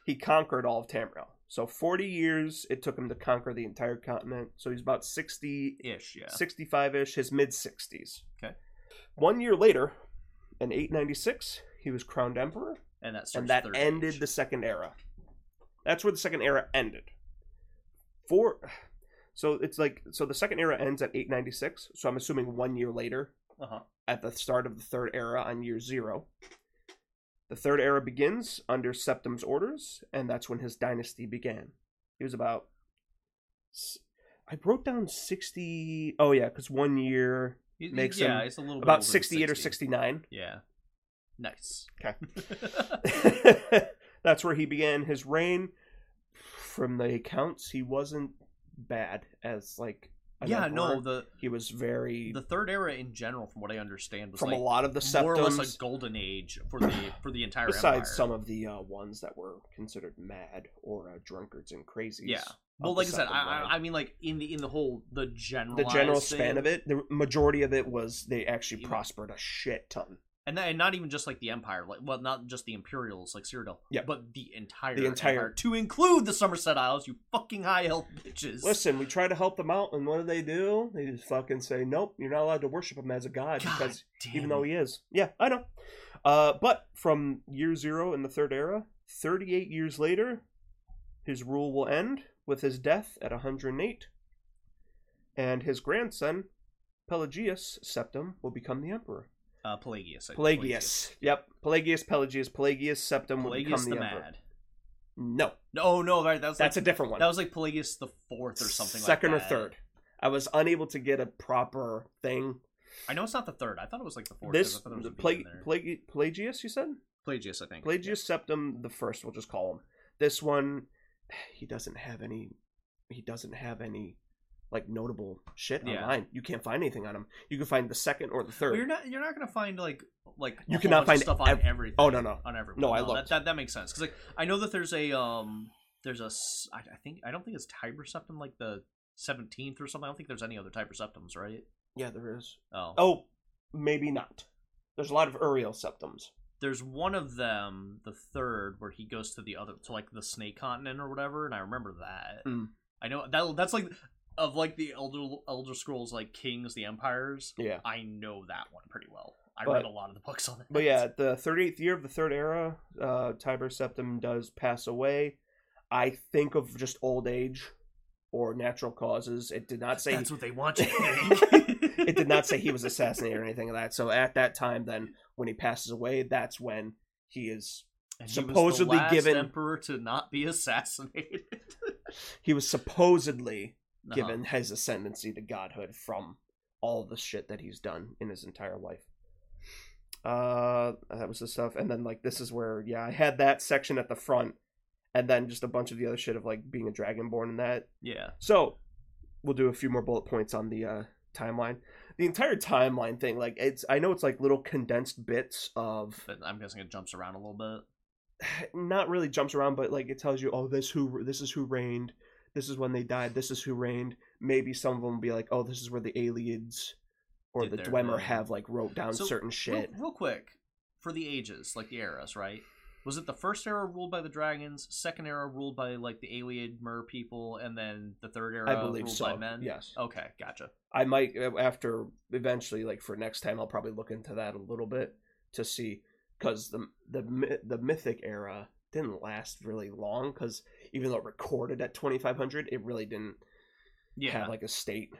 Speaker 1: he conquered all of tamriel so 40 years it took him to conquer the entire continent so he's about 60
Speaker 2: Ish, yeah.
Speaker 1: 65 ish, his mid 60s.
Speaker 2: Okay.
Speaker 1: One year later, in 896, he was crowned emperor,
Speaker 2: And that
Speaker 1: and that ended the Second Era. That's where the Second Era ended. For So it's like so the second era ends at 896. So I'm assuming one year later,
Speaker 2: Uh-huh.
Speaker 1: at the start of the third era on year zero. The third era begins under Septim's orders, and that's when his dynasty began. He was about. s- I wrote down 60. Oh, yeah, because one year,
Speaker 2: He- he-
Speaker 1: Makes
Speaker 2: yeah,
Speaker 1: him
Speaker 2: it's a little bit older
Speaker 1: about
Speaker 2: than
Speaker 1: 68 or
Speaker 2: 60.
Speaker 1: 69.
Speaker 2: Yeah. Nice.
Speaker 1: 'Kay.
Speaker 2: Okay.
Speaker 1: that's where he began his reign. From the accounts, he wasn't bad as, like. an
Speaker 2: yeah, no,
Speaker 1: emperor.
Speaker 2: the
Speaker 1: He was very.
Speaker 2: the third era in general, from what I understand, was
Speaker 1: from
Speaker 2: like
Speaker 1: a lot of the septims.
Speaker 2: more or less a golden age for the for the entire
Speaker 1: besides
Speaker 2: empire.
Speaker 1: some of the uh, ones that were considered mad or uh, drunkards and crazies.
Speaker 2: Yeah.
Speaker 1: of
Speaker 2: well,
Speaker 1: the
Speaker 2: like I said,
Speaker 1: Septim
Speaker 2: I,
Speaker 1: line.
Speaker 2: I I mean, like in the in the whole the general
Speaker 1: the general span of it, the majority of it was they actually
Speaker 2: Yeah.
Speaker 1: prospered a shit ton.
Speaker 2: and, that, and not even just like the empire, like well, not just the Imperials, like Cyrodiil,
Speaker 1: Yeah.
Speaker 2: but the entire
Speaker 1: The entire-
Speaker 2: empire, to include the Somerset Isles. You fucking high elf bitches.
Speaker 1: Listen, we try to help them out, and what do they do? They just fucking say, "Nope, you're not allowed to worship him as a god,
Speaker 2: God
Speaker 1: because
Speaker 2: damn
Speaker 1: even though
Speaker 2: it.
Speaker 1: he is." Yeah, I know. Uh, but from year zero in the third era, 38 years later, his rule will end with his death at 108, and his grandson, Pelagius Septim, will become the emperor.
Speaker 2: uh, Pelagius, I think,
Speaker 1: Pelagius. Yep. Pelagius, Pelagius, Pelagius Septim will
Speaker 2: Pelagius,
Speaker 1: become the,
Speaker 2: the
Speaker 1: emperor.
Speaker 2: Mad.
Speaker 1: No,
Speaker 2: No, oh, no, right, that was
Speaker 1: that's
Speaker 2: like,
Speaker 1: a different one.
Speaker 2: that was like Pelagius the Fourth or something. like
Speaker 1: Second
Speaker 2: that.
Speaker 1: or third. I was unable to get a proper thing.
Speaker 2: I know it's not the third. I thought it was like the fourth. 'cause
Speaker 1: this
Speaker 2: I thought there was a
Speaker 1: the
Speaker 2: B
Speaker 1: Plag-
Speaker 2: in there.
Speaker 1: Plag- Pelagius, you said
Speaker 2: Pelagius, I think.
Speaker 1: Pelagius Septim the first. We'll just call him this one. He doesn't have any. He doesn't have any like notable shit
Speaker 2: Yeah.
Speaker 1: online. You can't find anything on him. You can find the second or the third.
Speaker 2: Well, you're not you're not gonna find like like a
Speaker 1: You
Speaker 2: whole
Speaker 1: cannot
Speaker 2: bunch of
Speaker 1: find
Speaker 2: stuff on
Speaker 1: ev-
Speaker 2: everything.
Speaker 1: Oh, no, no.
Speaker 2: on everyone.
Speaker 1: No, I
Speaker 2: that,
Speaker 1: looked.
Speaker 2: that that makes sense because like I know that there's a um there's a s- I, I think I don't think it's type septum like the seventeenth or something. I don't think there's any other type septums, right?
Speaker 1: Yeah, there is.
Speaker 2: Oh.
Speaker 1: Oh, maybe not. There's a lot of Uriel septums.
Speaker 2: there's one of them the third where he goes to the other to like the snake continent or whatever, and I remember that.
Speaker 1: Mm.
Speaker 2: I know that that's like of like the elder elder scrolls like kings the empires.
Speaker 1: Yeah.
Speaker 2: I know that one pretty well. I
Speaker 1: But-
Speaker 2: read a lot of the books on it.
Speaker 1: But yeah, the 38th year of the third era, uh, Tiber Septim does pass away. I think of just old age or natural causes. It did not say
Speaker 2: That's what they want you to think.
Speaker 1: it did not say he was assassinated or anything like that. So at that time, then when he passes away, that's when he is
Speaker 2: And he was the
Speaker 1: supposedly
Speaker 2: last
Speaker 1: given-
Speaker 2: emperor to not be assassinated.
Speaker 1: he was supposedly
Speaker 2: Uh-huh.
Speaker 1: given his ascendancy to godhood from all the shit that he's done in his entire life. Uh, that was the stuff, and then like this is where yeah, I had that section at the front, and then just a bunch of the other shit of like being a dragonborn and that.
Speaker 2: Yeah.
Speaker 1: So we'll do a few more bullet points on the uh, timeline. The entire timeline thing, like it's I know it's like little condensed bits of
Speaker 2: But I'm guessing it jumps around a little bit.
Speaker 1: not really jumps around, but like it tells you, oh, this who this is who reigned, this is when they died, this is who reigned. Maybe some of them will be like, oh, this is where the aliens or
Speaker 2: Did
Speaker 1: the
Speaker 2: their
Speaker 1: Dwemer
Speaker 2: thing.
Speaker 1: have like wrote down
Speaker 2: So,
Speaker 1: certain
Speaker 2: Real,
Speaker 1: shit.
Speaker 2: real quick, for the ages, like the eras, right? Was it the first era ruled by the dragons, second era ruled by like the alien mer people, and then the third era
Speaker 1: I believe
Speaker 2: ruled
Speaker 1: so.
Speaker 2: by men?
Speaker 1: Yes,
Speaker 2: Okay, gotcha.
Speaker 1: I might uh, after eventually like for next time I'll probably look into that a little bit to see because the the mi- the mythic era didn't last really long because even though it recorded at 2500 it really didn't
Speaker 2: Yeah,
Speaker 1: have like a state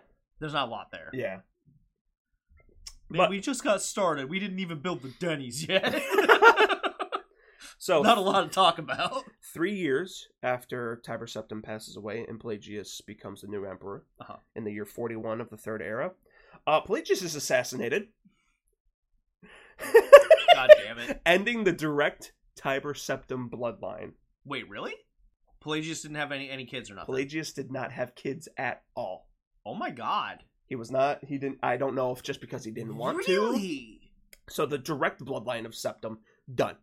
Speaker 2: there's not a lot there.
Speaker 1: yeah
Speaker 2: Man,
Speaker 1: but-
Speaker 2: we just got started. We didn't even build the Denny's yet.
Speaker 1: so
Speaker 2: not a lot to talk about.
Speaker 1: Three years after Tiber Septim passes away and Pelagius becomes the new emperor
Speaker 2: Uh-huh.
Speaker 1: in the year 41 of the Third Era, uh, Pelagius is assassinated,
Speaker 2: God damn it.
Speaker 1: ending the direct Tiber Septim bloodline.
Speaker 2: Wait, really? Pelagius didn't have any any kids or nothing.
Speaker 1: Pelagius did not have kids at all.
Speaker 2: oh my god!
Speaker 1: He was not, he didn't, I don't know if just because he didn't want to.
Speaker 2: really?
Speaker 1: So the direct bloodline of Septim, done.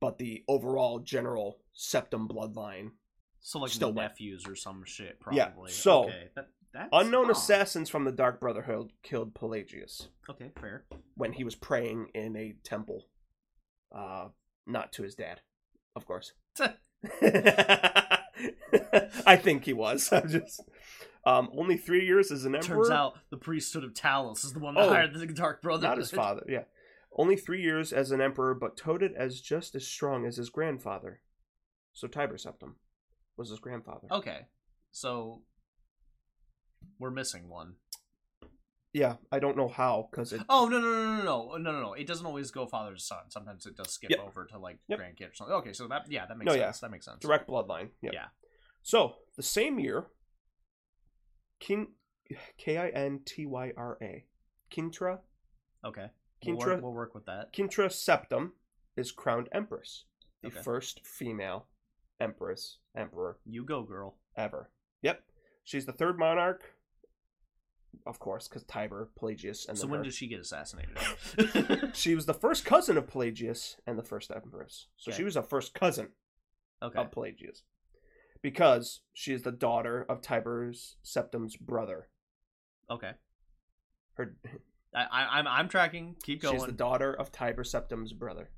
Speaker 1: But the overall general Septim bloodline
Speaker 2: So like
Speaker 1: Still went.
Speaker 2: nephews or some shit, probably.
Speaker 1: Yeah, so,
Speaker 2: okay. that, that's
Speaker 1: Unknown
Speaker 2: odd.
Speaker 1: assassins from the Dark Brotherhood killed Pelagius.
Speaker 2: Okay, fair.
Speaker 1: when he was praying in a temple, uh, not to his dad, of course. I think he was. I'm just um, only three years as an emperor.
Speaker 2: Turns out the priesthood of Talos is the one that
Speaker 1: Oh,
Speaker 2: hired the Dark Brother.
Speaker 1: not his father. Yeah, only three years as an emperor, but toted as just as strong as his grandfather.
Speaker 2: Oh.
Speaker 1: So Tiber Septim was his grandfather.
Speaker 2: Okay, so We're missing one.
Speaker 1: Yeah, I don't know how because it.
Speaker 2: Oh no no no no no no no no! It doesn't always go father to son. Sometimes it does skip
Speaker 1: Yep.
Speaker 2: over to like
Speaker 1: Yep.
Speaker 2: grandkid or something. Okay, so that yeah, that makes
Speaker 1: No,
Speaker 2: sense.
Speaker 1: yeah.
Speaker 2: That makes sense.
Speaker 1: direct bloodline. Yeah.
Speaker 2: Yeah.
Speaker 1: So the same year, King K I N T Y R A, Kintra
Speaker 2: Okay, we'll
Speaker 1: Kintra
Speaker 2: work, we'll work with that.
Speaker 1: Kintra Septum is crowned empress, the
Speaker 2: Okay.
Speaker 1: first female empress emperor
Speaker 2: You go, girl.
Speaker 1: ever. Yep, she's the third monarch. Of course, because Tiber, Pelagius, and
Speaker 2: So
Speaker 1: then
Speaker 2: when
Speaker 1: her.
Speaker 2: did she get assassinated?
Speaker 1: she was the first cousin of Pelagius and the first empress. So
Speaker 2: Okay.
Speaker 1: she was a first cousin
Speaker 2: okay,
Speaker 1: of Pelagius. Because she is the daughter of Tiber's Septum's brother.
Speaker 2: okay.
Speaker 1: Her
Speaker 2: I, I I'm I'm tracking. Keep going.
Speaker 1: she's the daughter of Tiber Septum's brother.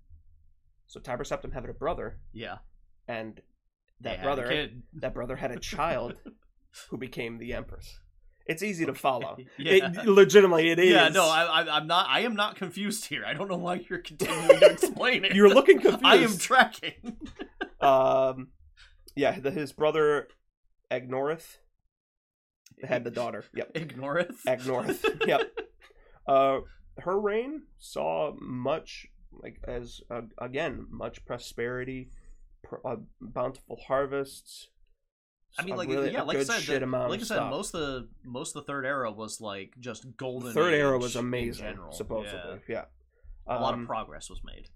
Speaker 1: So Tiber Septum had a brother,
Speaker 2: yeah,
Speaker 1: and
Speaker 2: they
Speaker 1: that
Speaker 2: had a
Speaker 1: brother
Speaker 2: kid.
Speaker 1: that brother had a child who became the empress. It's easy to follow.
Speaker 2: Yeah.
Speaker 1: It, legitimately, it is.
Speaker 2: yeah, no, I, I, I'm not. I am not confused here. I don't know why you're continuing to explain it.
Speaker 1: you're looking confused.
Speaker 2: I am tracking.
Speaker 1: um, yeah, the, his brother Agnorith had the daughter. Yep.
Speaker 2: Ignoreth.
Speaker 1: at North. yep. Uh, her reign saw much, like as uh, again, much prosperity, pr- uh, bountiful harvests.
Speaker 2: I mean,
Speaker 1: a
Speaker 2: like
Speaker 1: really-
Speaker 2: yeah,
Speaker 1: a
Speaker 2: like I
Speaker 1: good
Speaker 2: said,
Speaker 1: shit
Speaker 2: the,
Speaker 1: amount
Speaker 2: like I
Speaker 1: of
Speaker 2: said,
Speaker 1: stuff.
Speaker 2: most of the most of the third era was like just golden.
Speaker 1: The third era
Speaker 2: age
Speaker 1: was
Speaker 2: in
Speaker 1: amazing,
Speaker 2: general. Yeah.
Speaker 1: supposedly. Yeah,
Speaker 2: A lot of
Speaker 1: Um,
Speaker 2: progress was made.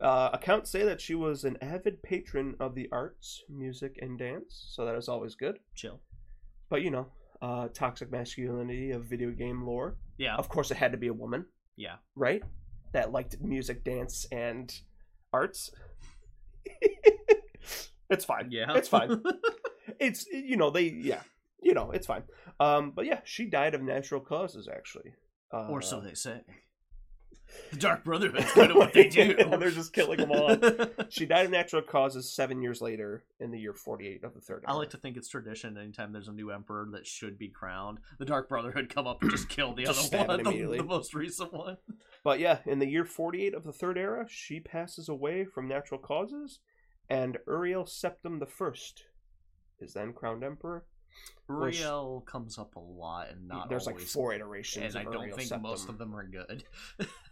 Speaker 1: Uh, accounts say that she was an avid patron of the arts, music, and dance, so that is always good.
Speaker 2: Chill.
Speaker 1: But you know, uh, toxic masculinity of video game lore.
Speaker 2: Yeah,
Speaker 1: Of course, it had to be a woman.
Speaker 2: Yeah.
Speaker 1: Right? That liked music, dance, and arts. it's fine.
Speaker 2: yeah,
Speaker 1: It's fine. It's, you know, they, yeah. You know, it's fine. Um, but yeah, she died of natural causes, actually. Uh,
Speaker 2: or so they say. The Dark Brotherhood's kind of what they do.
Speaker 1: Yeah, they're just killing 'em all. She died of natural causes seven years later in the year 48 of the third.
Speaker 2: I
Speaker 1: era.
Speaker 2: like to think it's tradition. Anytime there's a new emperor that should be crowned, the Dark Brotherhood come up and just kill the
Speaker 1: Just
Speaker 2: other
Speaker 1: stab
Speaker 2: one,
Speaker 1: it
Speaker 2: the,
Speaker 1: immediately.
Speaker 2: the most recent one.
Speaker 1: But yeah, in the year 48 of the Third Era, she passes away from natural causes, and Uriel Septim I is then crowned emperor. Well, sh-
Speaker 2: Riel comes up a lot and not
Speaker 1: There's like
Speaker 2: always,
Speaker 1: four iterations
Speaker 2: and I
Speaker 1: of
Speaker 2: don't
Speaker 1: Uriel
Speaker 2: think
Speaker 1: Septim.
Speaker 2: most of them are good.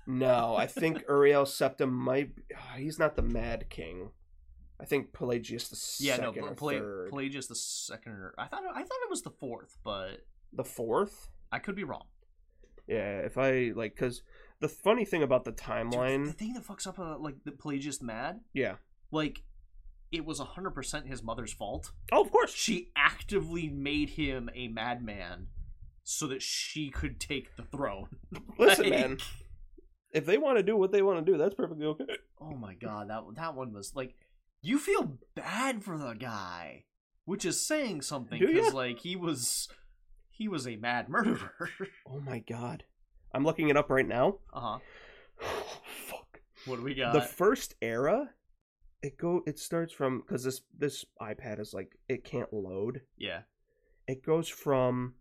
Speaker 1: No, I think Uriel Septim might. ah, He's not the Mad King. I think Pelagius the
Speaker 2: Yeah, no,
Speaker 1: second or
Speaker 2: Pla- Pla-
Speaker 1: third,
Speaker 2: Pelagius the second. Or, I thought I thought it was the fourth, but
Speaker 1: the fourth.
Speaker 2: I could be wrong.
Speaker 1: Yeah, if I like, because the funny thing about the
Speaker 2: Dude, the- the
Speaker 1: timeline,
Speaker 2: thing that fucks up about like the Pelagius mad,
Speaker 1: yeah.
Speaker 2: like it was hundred percent his mother's fault.
Speaker 1: Oh, of course.
Speaker 2: She actively made him a madman so that she could take the throne.
Speaker 1: Listen,
Speaker 2: Like-
Speaker 1: man. If they want to do what they want to do, that's perfectly okay.
Speaker 2: Oh my god, that that one was like you feel bad for the guy, which is saying something
Speaker 1: Do ya?
Speaker 2: because like he was he was a mad murderer.
Speaker 1: Oh my god. I'm looking it up right now.
Speaker 2: uh huh.
Speaker 1: Fuck.
Speaker 2: What do we got?
Speaker 1: the first era, it go it starts from cuz this this iPad is like it can't load.
Speaker 2: yeah.
Speaker 1: It goes from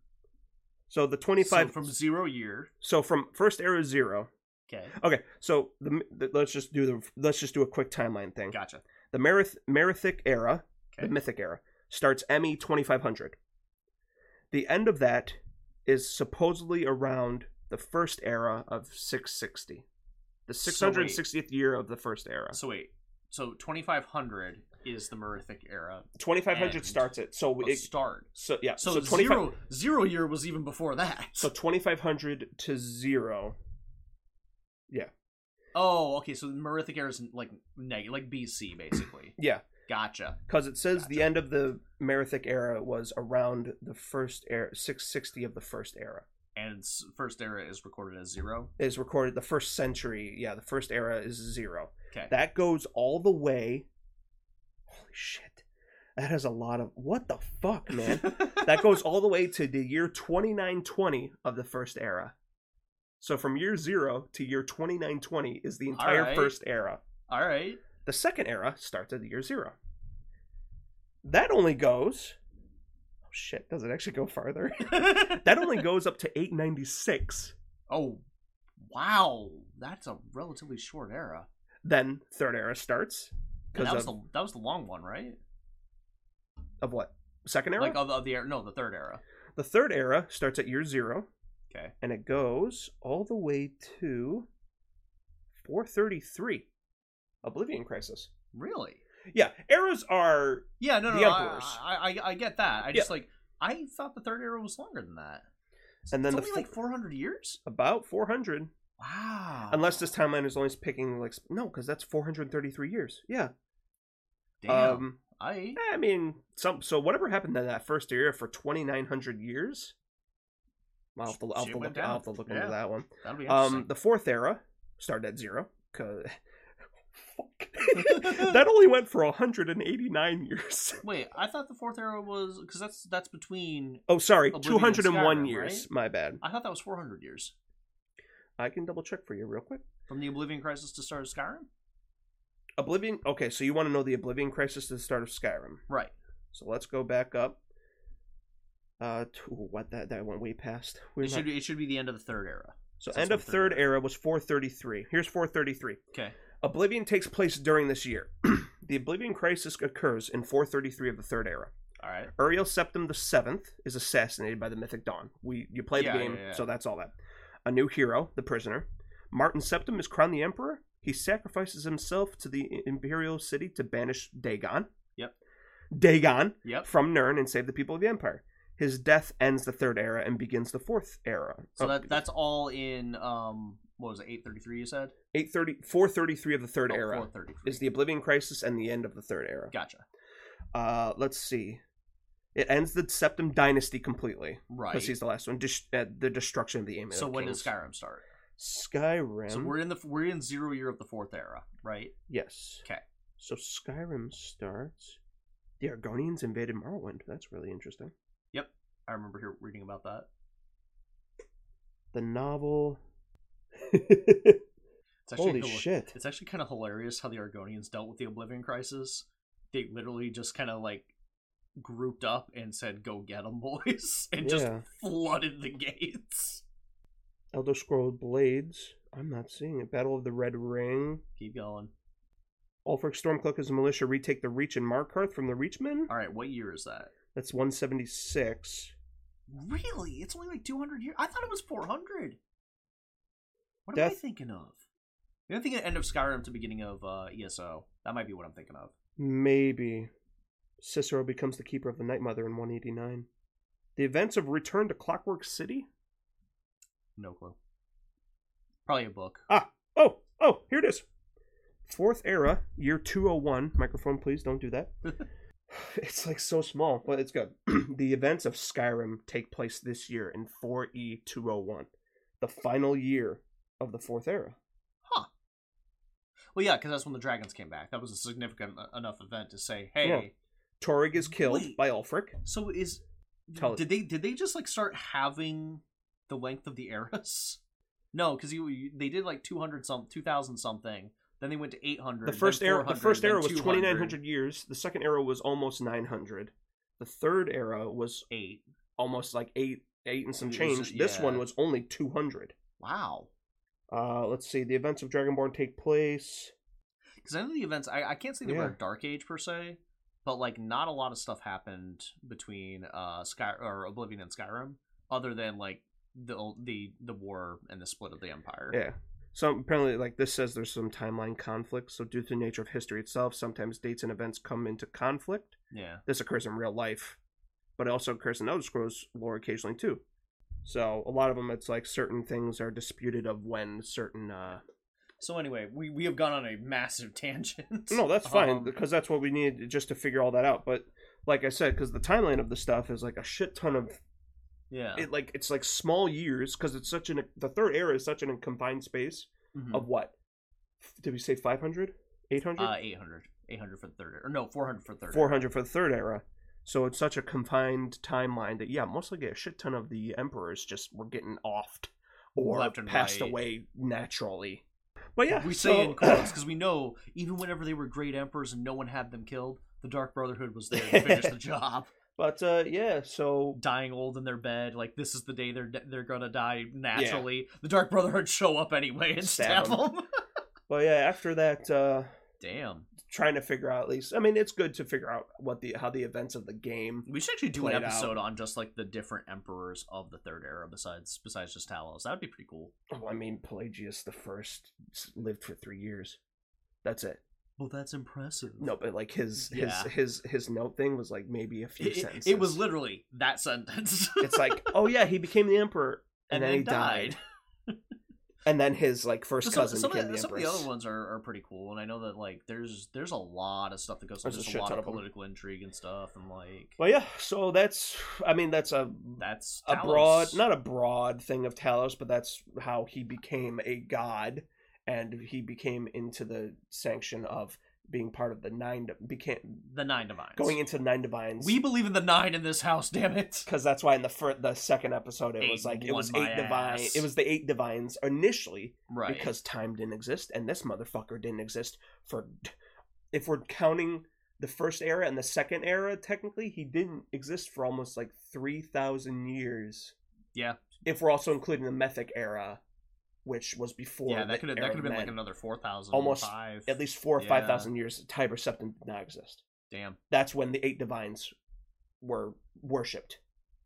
Speaker 1: so the
Speaker 2: So
Speaker 1: 25
Speaker 2: from zero year.
Speaker 1: so from first era 0.
Speaker 2: Okay.
Speaker 1: Okay, so the, the let's just do the let's just do a quick timeline thing.
Speaker 2: Gotcha.
Speaker 1: The Merith, Merithic era,
Speaker 2: Okay.
Speaker 1: the Mythic era, starts E ME 2500. The end of that is supposedly around the first era of 660. The
Speaker 2: So
Speaker 1: 660th year of the first era.
Speaker 2: So wait. So 2500 is the Merithic era.
Speaker 1: 2500
Speaker 2: and-
Speaker 1: starts it. So
Speaker 2: But
Speaker 1: it,
Speaker 2: start.
Speaker 1: so yeah,
Speaker 2: So,
Speaker 1: so, 25
Speaker 2: zero zero year was even before that.
Speaker 1: so 2500 to 0.
Speaker 2: oh, okay. So the Merithic era is like neg- like BC basically.
Speaker 1: Yeah,
Speaker 2: Gotcha.
Speaker 1: cuz it says the end of the Merithic era was around the first era 660 of the first era.
Speaker 2: And s- first era is recorded as zero.
Speaker 1: Is recorded the first century. Yeah, the first era is 0.
Speaker 2: Okay.
Speaker 1: That goes all the way. Holy shit. That has a lot of. What the fuck, man? that goes all the way to the year 2920 of the first era. So from year zero to year 2920 is the entire
Speaker 2: Alright.
Speaker 1: first era.
Speaker 2: All right.
Speaker 1: The second era starts at the year zero. That only goes. Oh shit, does it actually go farther? that only goes up to 896,
Speaker 2: oh, wow. That's a relatively short era.
Speaker 1: then third era starts.
Speaker 2: And that
Speaker 1: Because
Speaker 2: was
Speaker 1: of,
Speaker 2: the that was the long one, right?
Speaker 1: of what? Second era?
Speaker 2: Like of, of the era, no, the third era.
Speaker 1: The third era starts at year zero.
Speaker 2: Okay.
Speaker 1: And it goes all the way to 433, Oblivion Crisis.
Speaker 2: Really?
Speaker 1: Yeah, eras are
Speaker 2: Yeah, no, no,
Speaker 1: The
Speaker 2: no, I,
Speaker 1: Emperors.
Speaker 2: I, I, I get that. I just like I thought the third era was longer than that. It's-
Speaker 1: And then
Speaker 2: it's
Speaker 1: the
Speaker 2: only like four hundred years.
Speaker 1: about 400,
Speaker 2: Wow.
Speaker 1: unless this timeline is only picking like sp- no, because that's 433 years. Yeah.
Speaker 2: Damn.
Speaker 1: Um,
Speaker 2: I
Speaker 1: I mean, some so whatever happened in that first era for 2,900 years. I'll have to, I'll have
Speaker 2: Shit
Speaker 1: to
Speaker 2: went
Speaker 1: look, I'll have to
Speaker 2: down.
Speaker 1: look
Speaker 2: Yeah.
Speaker 1: into that one.
Speaker 2: that'll be interesting.
Speaker 1: Um, the fourth era started at zero. 'cause- Fuck. that only went for 189 years.
Speaker 2: Wait, I thought the fourth era was because that's that's between.
Speaker 1: Oh, sorry,
Speaker 2: Oblivion
Speaker 1: 201
Speaker 2: Skyrim,
Speaker 1: years.
Speaker 2: right?
Speaker 1: My bad.
Speaker 2: I thought that was four hundred years
Speaker 1: I can double check for you real quick.
Speaker 2: from the Oblivion Crisis to Start of Skyrim.
Speaker 1: Oblivion. Okay, so you want to know the Oblivion Crisis to the start of Skyrim.
Speaker 2: Right.
Speaker 1: So let's go back up. Uh, to, ooh, what that that went way past. We're
Speaker 2: It
Speaker 1: not-
Speaker 2: should be, it should be the end of the third era.
Speaker 1: so
Speaker 2: so
Speaker 1: end
Speaker 2: it's
Speaker 1: of
Speaker 2: on
Speaker 1: third
Speaker 2: third
Speaker 1: era was 433. Here's 433.
Speaker 2: Okay.
Speaker 1: Oblivion takes place during this year. the Oblivion Crisis occurs in 433 of the third era.
Speaker 2: All right.
Speaker 1: Uriel Septim the Seventh is assassinated by the Mythic Dawn. We you play the
Speaker 2: Yeah,
Speaker 1: game,
Speaker 2: yeah, yeah.
Speaker 1: so that's all that. A new hero, the prisoner. Martin Septim is crowned the emperor. He sacrifices himself to the imperial city to banish Dagon.
Speaker 2: Yep.
Speaker 1: Dagon
Speaker 2: Yep.
Speaker 1: from Nirn and save the people of the empire. His death ends the third era and begins the fourth era.
Speaker 2: So that that's all in um what was it eight thirty three you said
Speaker 1: 830 433 of the third
Speaker 2: Oh,
Speaker 1: era
Speaker 2: 433.
Speaker 1: is the Oblivion Crisis and the end of the third era.
Speaker 2: gotcha
Speaker 1: Uh, let's see. It ends the Septim dynasty completely.
Speaker 2: right.
Speaker 1: Because he's the last one. Dis- uh, the destruction of the Amulet.
Speaker 2: So
Speaker 1: of
Speaker 2: when does
Speaker 1: Kings.
Speaker 2: Skyrim start?
Speaker 1: Skyrim?
Speaker 2: So we're in the we're in zero year of the fourth era, right?
Speaker 1: yes.
Speaker 2: 'Kay.
Speaker 1: So Skyrim starts. The Argonians invaded Morrowind. That's really interesting.
Speaker 2: I remember here reading about that.
Speaker 1: The novel.
Speaker 2: It's
Speaker 1: Holy
Speaker 2: actually hila-
Speaker 1: shit!
Speaker 2: It's actually kind of hilarious how the Argonians dealt with the Oblivion Crisis. They literally just kind of like grouped up and said, "Go get 'em, boys," and just
Speaker 1: Yeah.
Speaker 2: flooded the gates.
Speaker 1: Elder Scrolls Blades. I'm not seeing it. Battle of the Red Ring.
Speaker 2: Keep going.
Speaker 1: Ulfric Stormcloak and his militia retake the Reach and Markarth from the Reachmen.
Speaker 2: All right, what year is that?
Speaker 1: That's 176.
Speaker 2: Really? It's only like 200 years. I thought it was 400. What am I
Speaker 1: Death-
Speaker 2: thinking of? Maybe I'm thinking end of Skyrim to beginning of uh, ESO. That might be what I'm thinking of.
Speaker 1: Maybe. Cicero becomes the keeper of the Night Mother in 189. The events of Return to Clockwork City?
Speaker 2: No clue. Probably a book.
Speaker 1: Oh, oh, here it is. Fourth Era, year 201. Microphone, please, don't do that. it's like so small, but it's good. the events of Skyrim take place this year in E 4E201, the final year of the Fourth Era.
Speaker 2: Well, yeah, because that's when the dragons came back. That was a significant e- enough event to say, hey.
Speaker 1: Yeah. Torrig is killed
Speaker 2: Wait.
Speaker 1: by Ulfric.
Speaker 2: So is
Speaker 1: Tell it.
Speaker 2: did they did they just like start having the length of the eras? No, because you, you- they did like two hundred some two thousand something. Then they went to eight hundred.
Speaker 1: The first era, the first era was 2900 years. The second era was almost 900. The third era was
Speaker 2: eight.
Speaker 1: almost like eight, eight and some
Speaker 2: It was-
Speaker 1: change. This
Speaker 2: yeah.
Speaker 1: one was only 200.
Speaker 2: Wow.
Speaker 1: Uh, let's see. The events of Dragonborn take place.
Speaker 2: Because I know the events. I, I can't say they were
Speaker 1: Yeah.
Speaker 2: a dark age per se, but like not a lot of stuff happened between uh Sky or Oblivion and Skyrim, other than like the old- the the war and the split of the empire.
Speaker 1: Yeah. So apparently, like this says, there's some timeline conflicts. So due to the nature of history itself, sometimes dates and events come into conflict.
Speaker 2: Yeah.
Speaker 1: This occurs in real life, but it also occurs in Elder Scrolls lore occasionally too. So a lot of them, it's like certain things are disputed of when certain. uh
Speaker 2: So anyway, we, we have gone on a massive tangent.
Speaker 1: No, that's fine
Speaker 2: Um,
Speaker 1: because that's what we need just to figure all that out. But like I said, because the timeline of the stuff is like a shit ton of
Speaker 2: yeah.
Speaker 1: it. Like it's like small years because it's such an the third era is such an confined space
Speaker 2: Mhm.
Speaker 1: of what? Did we say 500? 800?
Speaker 2: Uh, 800. 800 for the third. Or no, 400 for the third.
Speaker 1: 400 for the third era. So it's such a confined timeline that yeah, most likely a shit ton of the emperors just were getting offed or
Speaker 2: Left and
Speaker 1: passed
Speaker 2: right.
Speaker 1: away naturally. But yeah,
Speaker 2: We
Speaker 1: so-
Speaker 2: say in quotes because we know even whenever they were great emperors and no one had them killed, the Dark Brotherhood was there to finish the job.
Speaker 1: But uh, yeah, so
Speaker 2: Dying old in their bed, like this is the day they're they're gonna die naturally. The Dark Brotherhood show up anyway and
Speaker 1: Stab
Speaker 2: stab
Speaker 1: 'em.
Speaker 2: them.
Speaker 1: but yeah, after that, uh,
Speaker 2: Damn.
Speaker 1: trying to figure out at least. I mean, it's good to figure out what the how the events of the game.
Speaker 2: We should actually do
Speaker 1: Played
Speaker 2: an
Speaker 1: out.
Speaker 2: episode on just like the different emperors of the Third Era besides besides just Talos. That would be pretty cool.
Speaker 1: Well, Oh, I mean, Pelagius the First s- lived for three years. That's it.
Speaker 2: Well, that's impressive.
Speaker 1: No, but like his his
Speaker 2: Yeah.
Speaker 1: his his note thing was like maybe a few
Speaker 2: It- it,
Speaker 1: sentences.
Speaker 2: it was literally that sentence.
Speaker 1: it's like oh yeah, he became the emperor and, then, he died. and then his like first
Speaker 2: Some-
Speaker 1: cousin
Speaker 2: some, of
Speaker 1: became
Speaker 2: the,
Speaker 1: the
Speaker 2: some of
Speaker 1: empress.
Speaker 2: the other ones are, are pretty cool, and I know that like there's there's a lot of stuff that goes on.
Speaker 1: There's a
Speaker 2: There's,
Speaker 1: shit
Speaker 2: a lot
Speaker 1: ton
Speaker 2: of
Speaker 1: of 'em.
Speaker 2: political intrigue and stuff, and like
Speaker 1: Well, yeah. So that's I mean that's a
Speaker 2: that's
Speaker 1: a
Speaker 2: Talos.
Speaker 1: broad not a broad thing of Talos, but that's how he became a god, and he became into the sanction of being part of the nine became
Speaker 2: the nine divines.
Speaker 1: going into the nine divines.
Speaker 2: we believe in the nine in this house. Damn it!
Speaker 1: because that's why in the fir- the second episode it was
Speaker 2: Eight
Speaker 1: like it
Speaker 2: won
Speaker 1: was
Speaker 2: my
Speaker 1: eight divine
Speaker 2: ass.
Speaker 1: it was the eight divines initially
Speaker 2: Right.
Speaker 1: because time didn't exist and this motherfucker didn't exist for if we're counting the first era and the second era technically he didn't exist for almost like 3000 years
Speaker 2: Yeah.
Speaker 1: if we're also including the mythic era which was before
Speaker 2: yeah, that
Speaker 1: the
Speaker 2: could have
Speaker 1: era
Speaker 2: that could have
Speaker 1: of
Speaker 2: been like
Speaker 1: men.
Speaker 2: another four thousand,
Speaker 1: Almost
Speaker 2: five.
Speaker 1: at least 4 or
Speaker 2: Yeah.
Speaker 1: 5000 years tiber septim did not exist
Speaker 2: Damn.
Speaker 1: that's when the eight divines were worshipped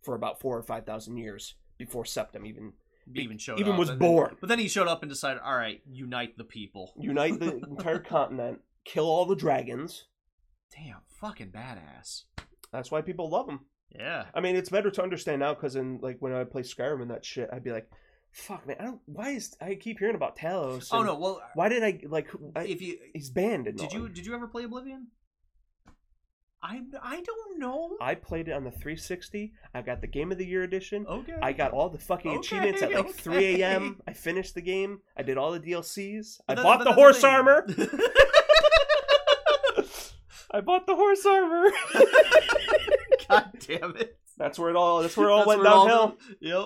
Speaker 1: for about four or five thousand years before septim even
Speaker 2: Even showed
Speaker 1: even
Speaker 2: up,
Speaker 1: was
Speaker 2: and then-
Speaker 1: born
Speaker 2: but then he showed up and decided, all right, unite the people.
Speaker 1: unite the entire continent kill all the dragons
Speaker 2: Damn, fucking badass.
Speaker 1: that's why people love him
Speaker 2: Yeah.
Speaker 1: i mean it's better to understand now because in like when i play skyrim and that shit i'd be like fuck man i don't why is i keep hearing about talos
Speaker 2: Oh
Speaker 1: and
Speaker 2: no. Well,
Speaker 1: why did i like I,
Speaker 2: if you
Speaker 1: he's banned and
Speaker 2: did
Speaker 1: all.
Speaker 2: you did you ever play Oblivion? I I don't know.
Speaker 1: i played it on the 360 i got the game of the year edition
Speaker 2: Okay.
Speaker 1: I got all the fucking
Speaker 2: Okay,
Speaker 1: achievements at like
Speaker 2: okay.
Speaker 1: 3 a.m. I finished the game. I did all the DLCs. I
Speaker 2: But that-
Speaker 1: bought
Speaker 2: but
Speaker 1: the
Speaker 2: that's
Speaker 1: horse
Speaker 2: thing.
Speaker 1: armor. I bought the horse armor.
Speaker 2: God damn it!
Speaker 1: that's where it all. That's where it all
Speaker 2: That's
Speaker 1: went
Speaker 2: where
Speaker 1: downhill.
Speaker 2: the- yep.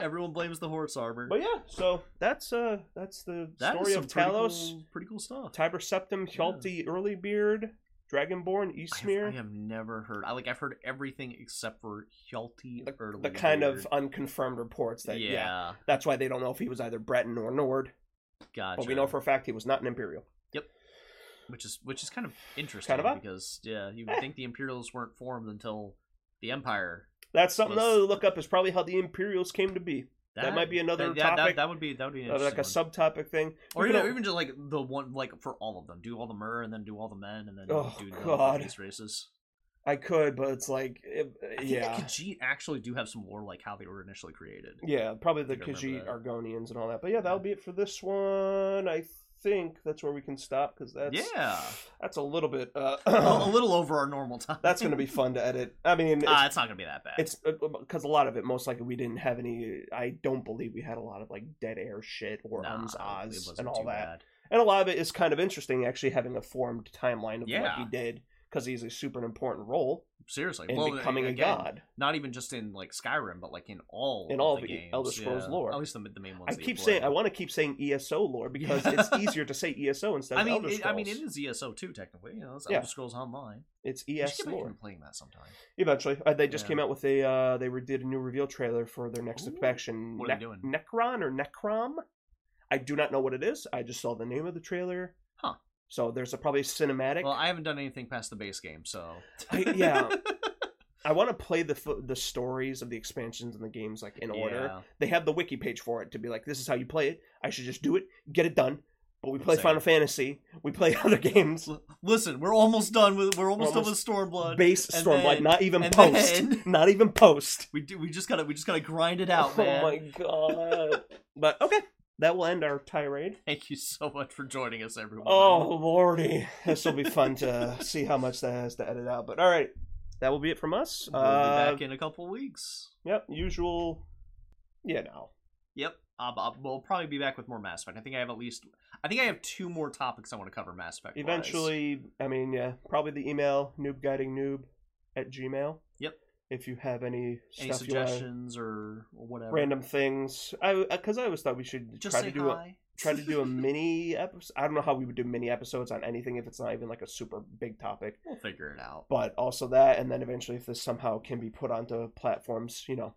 Speaker 2: Everyone blames the horse armor.
Speaker 1: But yeah, so that's uh that's the
Speaker 2: That
Speaker 1: story
Speaker 2: is some
Speaker 1: of
Speaker 2: pretty
Speaker 1: Talos,
Speaker 2: cool- pretty cool stuff.
Speaker 1: Tiber Septim, Hjalti, Earlybeard, Dragonborn,
Speaker 2: I have, I
Speaker 1: Eastmere.
Speaker 2: have never heard. I like I've heard everything except for Hjalti
Speaker 1: The,
Speaker 2: Early
Speaker 1: the kind of
Speaker 2: Beard.
Speaker 1: unconfirmed reports that yeah.
Speaker 2: yeah,
Speaker 1: that's why they don't know if he was either Breton or Nord.
Speaker 2: gotcha.
Speaker 1: But we know for a fact he was not an Imperial.
Speaker 2: which is which is kind of interesting
Speaker 1: Kind of odd.
Speaker 2: because yeah, you
Speaker 1: Eh.
Speaker 2: would think the Imperials weren't formed until the Empire.
Speaker 1: That's something
Speaker 2: Was-
Speaker 1: though to look up is probably how the Imperials came to be. That might be another
Speaker 2: that, that-
Speaker 1: topic.
Speaker 2: That, would be that would be an
Speaker 1: Uh, like a
Speaker 2: interesting
Speaker 1: subtopic thing.
Speaker 2: one. or
Speaker 1: You
Speaker 2: even,
Speaker 1: know-
Speaker 2: even just like the one like for all of them, do all the mer and then do all the men and then
Speaker 1: Oh,
Speaker 2: do all
Speaker 1: God.
Speaker 2: these races.
Speaker 1: I could, but it's like, it-
Speaker 2: I think
Speaker 1: yeah,
Speaker 2: the Khajiit actually do have some lore like how they were initially created.
Speaker 1: yeah, probably the
Speaker 2: I think I
Speaker 1: Khajiit,
Speaker 2: remember
Speaker 1: Argonians, and all that. But yeah, that'll be it for this one. I think that's where we can stop because that's
Speaker 2: yeah,
Speaker 1: that's a little bit.
Speaker 2: a, a
Speaker 1: Uh,
Speaker 2: little over our normal time.
Speaker 1: that's gonna be fun to edit. I mean,
Speaker 2: Uh, it's not gonna be that bad.
Speaker 1: it's because a lot of it, most likely, we didn't have any. I don't believe we had a lot of like dead air shit or
Speaker 2: Nah,
Speaker 1: ums
Speaker 2: it
Speaker 1: ahs
Speaker 2: wasn't
Speaker 1: and all
Speaker 2: too
Speaker 1: that.
Speaker 2: bad.
Speaker 1: And a lot of it is kind of interesting, actually, having a formed timeline of what
Speaker 2: Yeah.
Speaker 1: he did because he's a super important role
Speaker 2: Seriously,
Speaker 1: in
Speaker 2: well,
Speaker 1: becoming
Speaker 2: again,
Speaker 1: a god.
Speaker 2: Not even just in like Skyrim, but like in all
Speaker 1: In
Speaker 2: of
Speaker 1: all
Speaker 2: the
Speaker 1: of the E,
Speaker 2: games.
Speaker 1: Elder Scrolls
Speaker 2: yeah.
Speaker 1: lore.
Speaker 2: At least the, the main ones.
Speaker 1: I
Speaker 2: that you
Speaker 1: keep
Speaker 2: play.
Speaker 1: saying I want to keep saying ESO lore because it's
Speaker 2: Yeah.
Speaker 1: easier to say ESO instead of
Speaker 2: I mean,
Speaker 1: Elder
Speaker 2: it,
Speaker 1: Scrolls.
Speaker 2: I mean, it is E ESO too technically. You know, it's
Speaker 1: Yeah.
Speaker 2: Elder Scrolls Online.
Speaker 1: it's
Speaker 2: We should
Speaker 1: ES
Speaker 2: get back
Speaker 1: lore.
Speaker 2: into playing that sometime.
Speaker 1: Eventually, uh, they just
Speaker 2: Yeah.
Speaker 1: came out with a uh, they re- did a new reveal trailer for their next
Speaker 2: Ooh.
Speaker 1: expansion.
Speaker 2: What are they doing?
Speaker 1: Necron or Necrom? I do not know what it is. I just saw the name of the trailer.
Speaker 2: Huh.
Speaker 1: So there's a probably a cinematic.
Speaker 2: Well, I haven't done anything past the base game, so
Speaker 1: I- yeah. I want to play the f- the stories of the expansions and the games like in order.
Speaker 2: Yeah.
Speaker 1: They have the wiki page for it to be like, this is how you play it. I should just do it, get it done. But we play
Speaker 2: Same.
Speaker 1: Final Fantasy. We play other games.
Speaker 2: L- Listen, we're almost done with we're almost,
Speaker 1: almost-
Speaker 2: done with Stormblood.
Speaker 1: base
Speaker 2: and
Speaker 1: Stormblood,
Speaker 2: then-
Speaker 1: not even
Speaker 2: and
Speaker 1: post,
Speaker 2: then-
Speaker 1: not even post.
Speaker 2: we do we just gotta we just gotta grind it out, man.
Speaker 1: Oh my god! but okay, that will end our tirade.
Speaker 2: Thank you so much for joining us, everyone.
Speaker 1: Oh lordy, this will be fun to see how much that has to edit out. But all right, that will be it from us.
Speaker 2: we'll
Speaker 1: uh,
Speaker 2: be back in a couple weeks.
Speaker 1: Yep, usual. Yeah, no.
Speaker 2: Yep, uh, uh, we'll probably be back with more Mass Effect. I think I have at least I think I have two more topics I want to cover Mass Effect.
Speaker 1: Eventually, I mean, yeah, probably the email noob guiding noob at Gmail.
Speaker 2: Yep.
Speaker 1: If you have any,
Speaker 2: any
Speaker 1: stuff you wanna-
Speaker 2: suggestions or or whatever?
Speaker 1: random things, I because I always thought we should
Speaker 2: Just
Speaker 1: try
Speaker 2: say
Speaker 1: to do a,
Speaker 2: hi.
Speaker 1: try to do a mini episode. I don't know how we would do mini episodes on anything if it's not even like a super big topic.
Speaker 2: we'll figure it out.
Speaker 1: But also that, and then eventually, if this somehow can be put onto platforms, you know,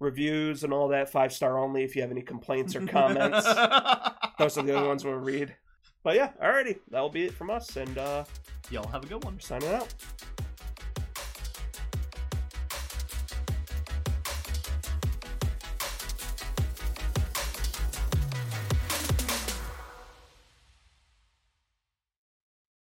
Speaker 1: reviews and all that, five star only. If you have any complaints or comments, those are the only ones we'll read.
Speaker 2: But yeah, alrighty, that'll be it from us, and uh,
Speaker 1: Y'all have a good one.
Speaker 2: we're signing out.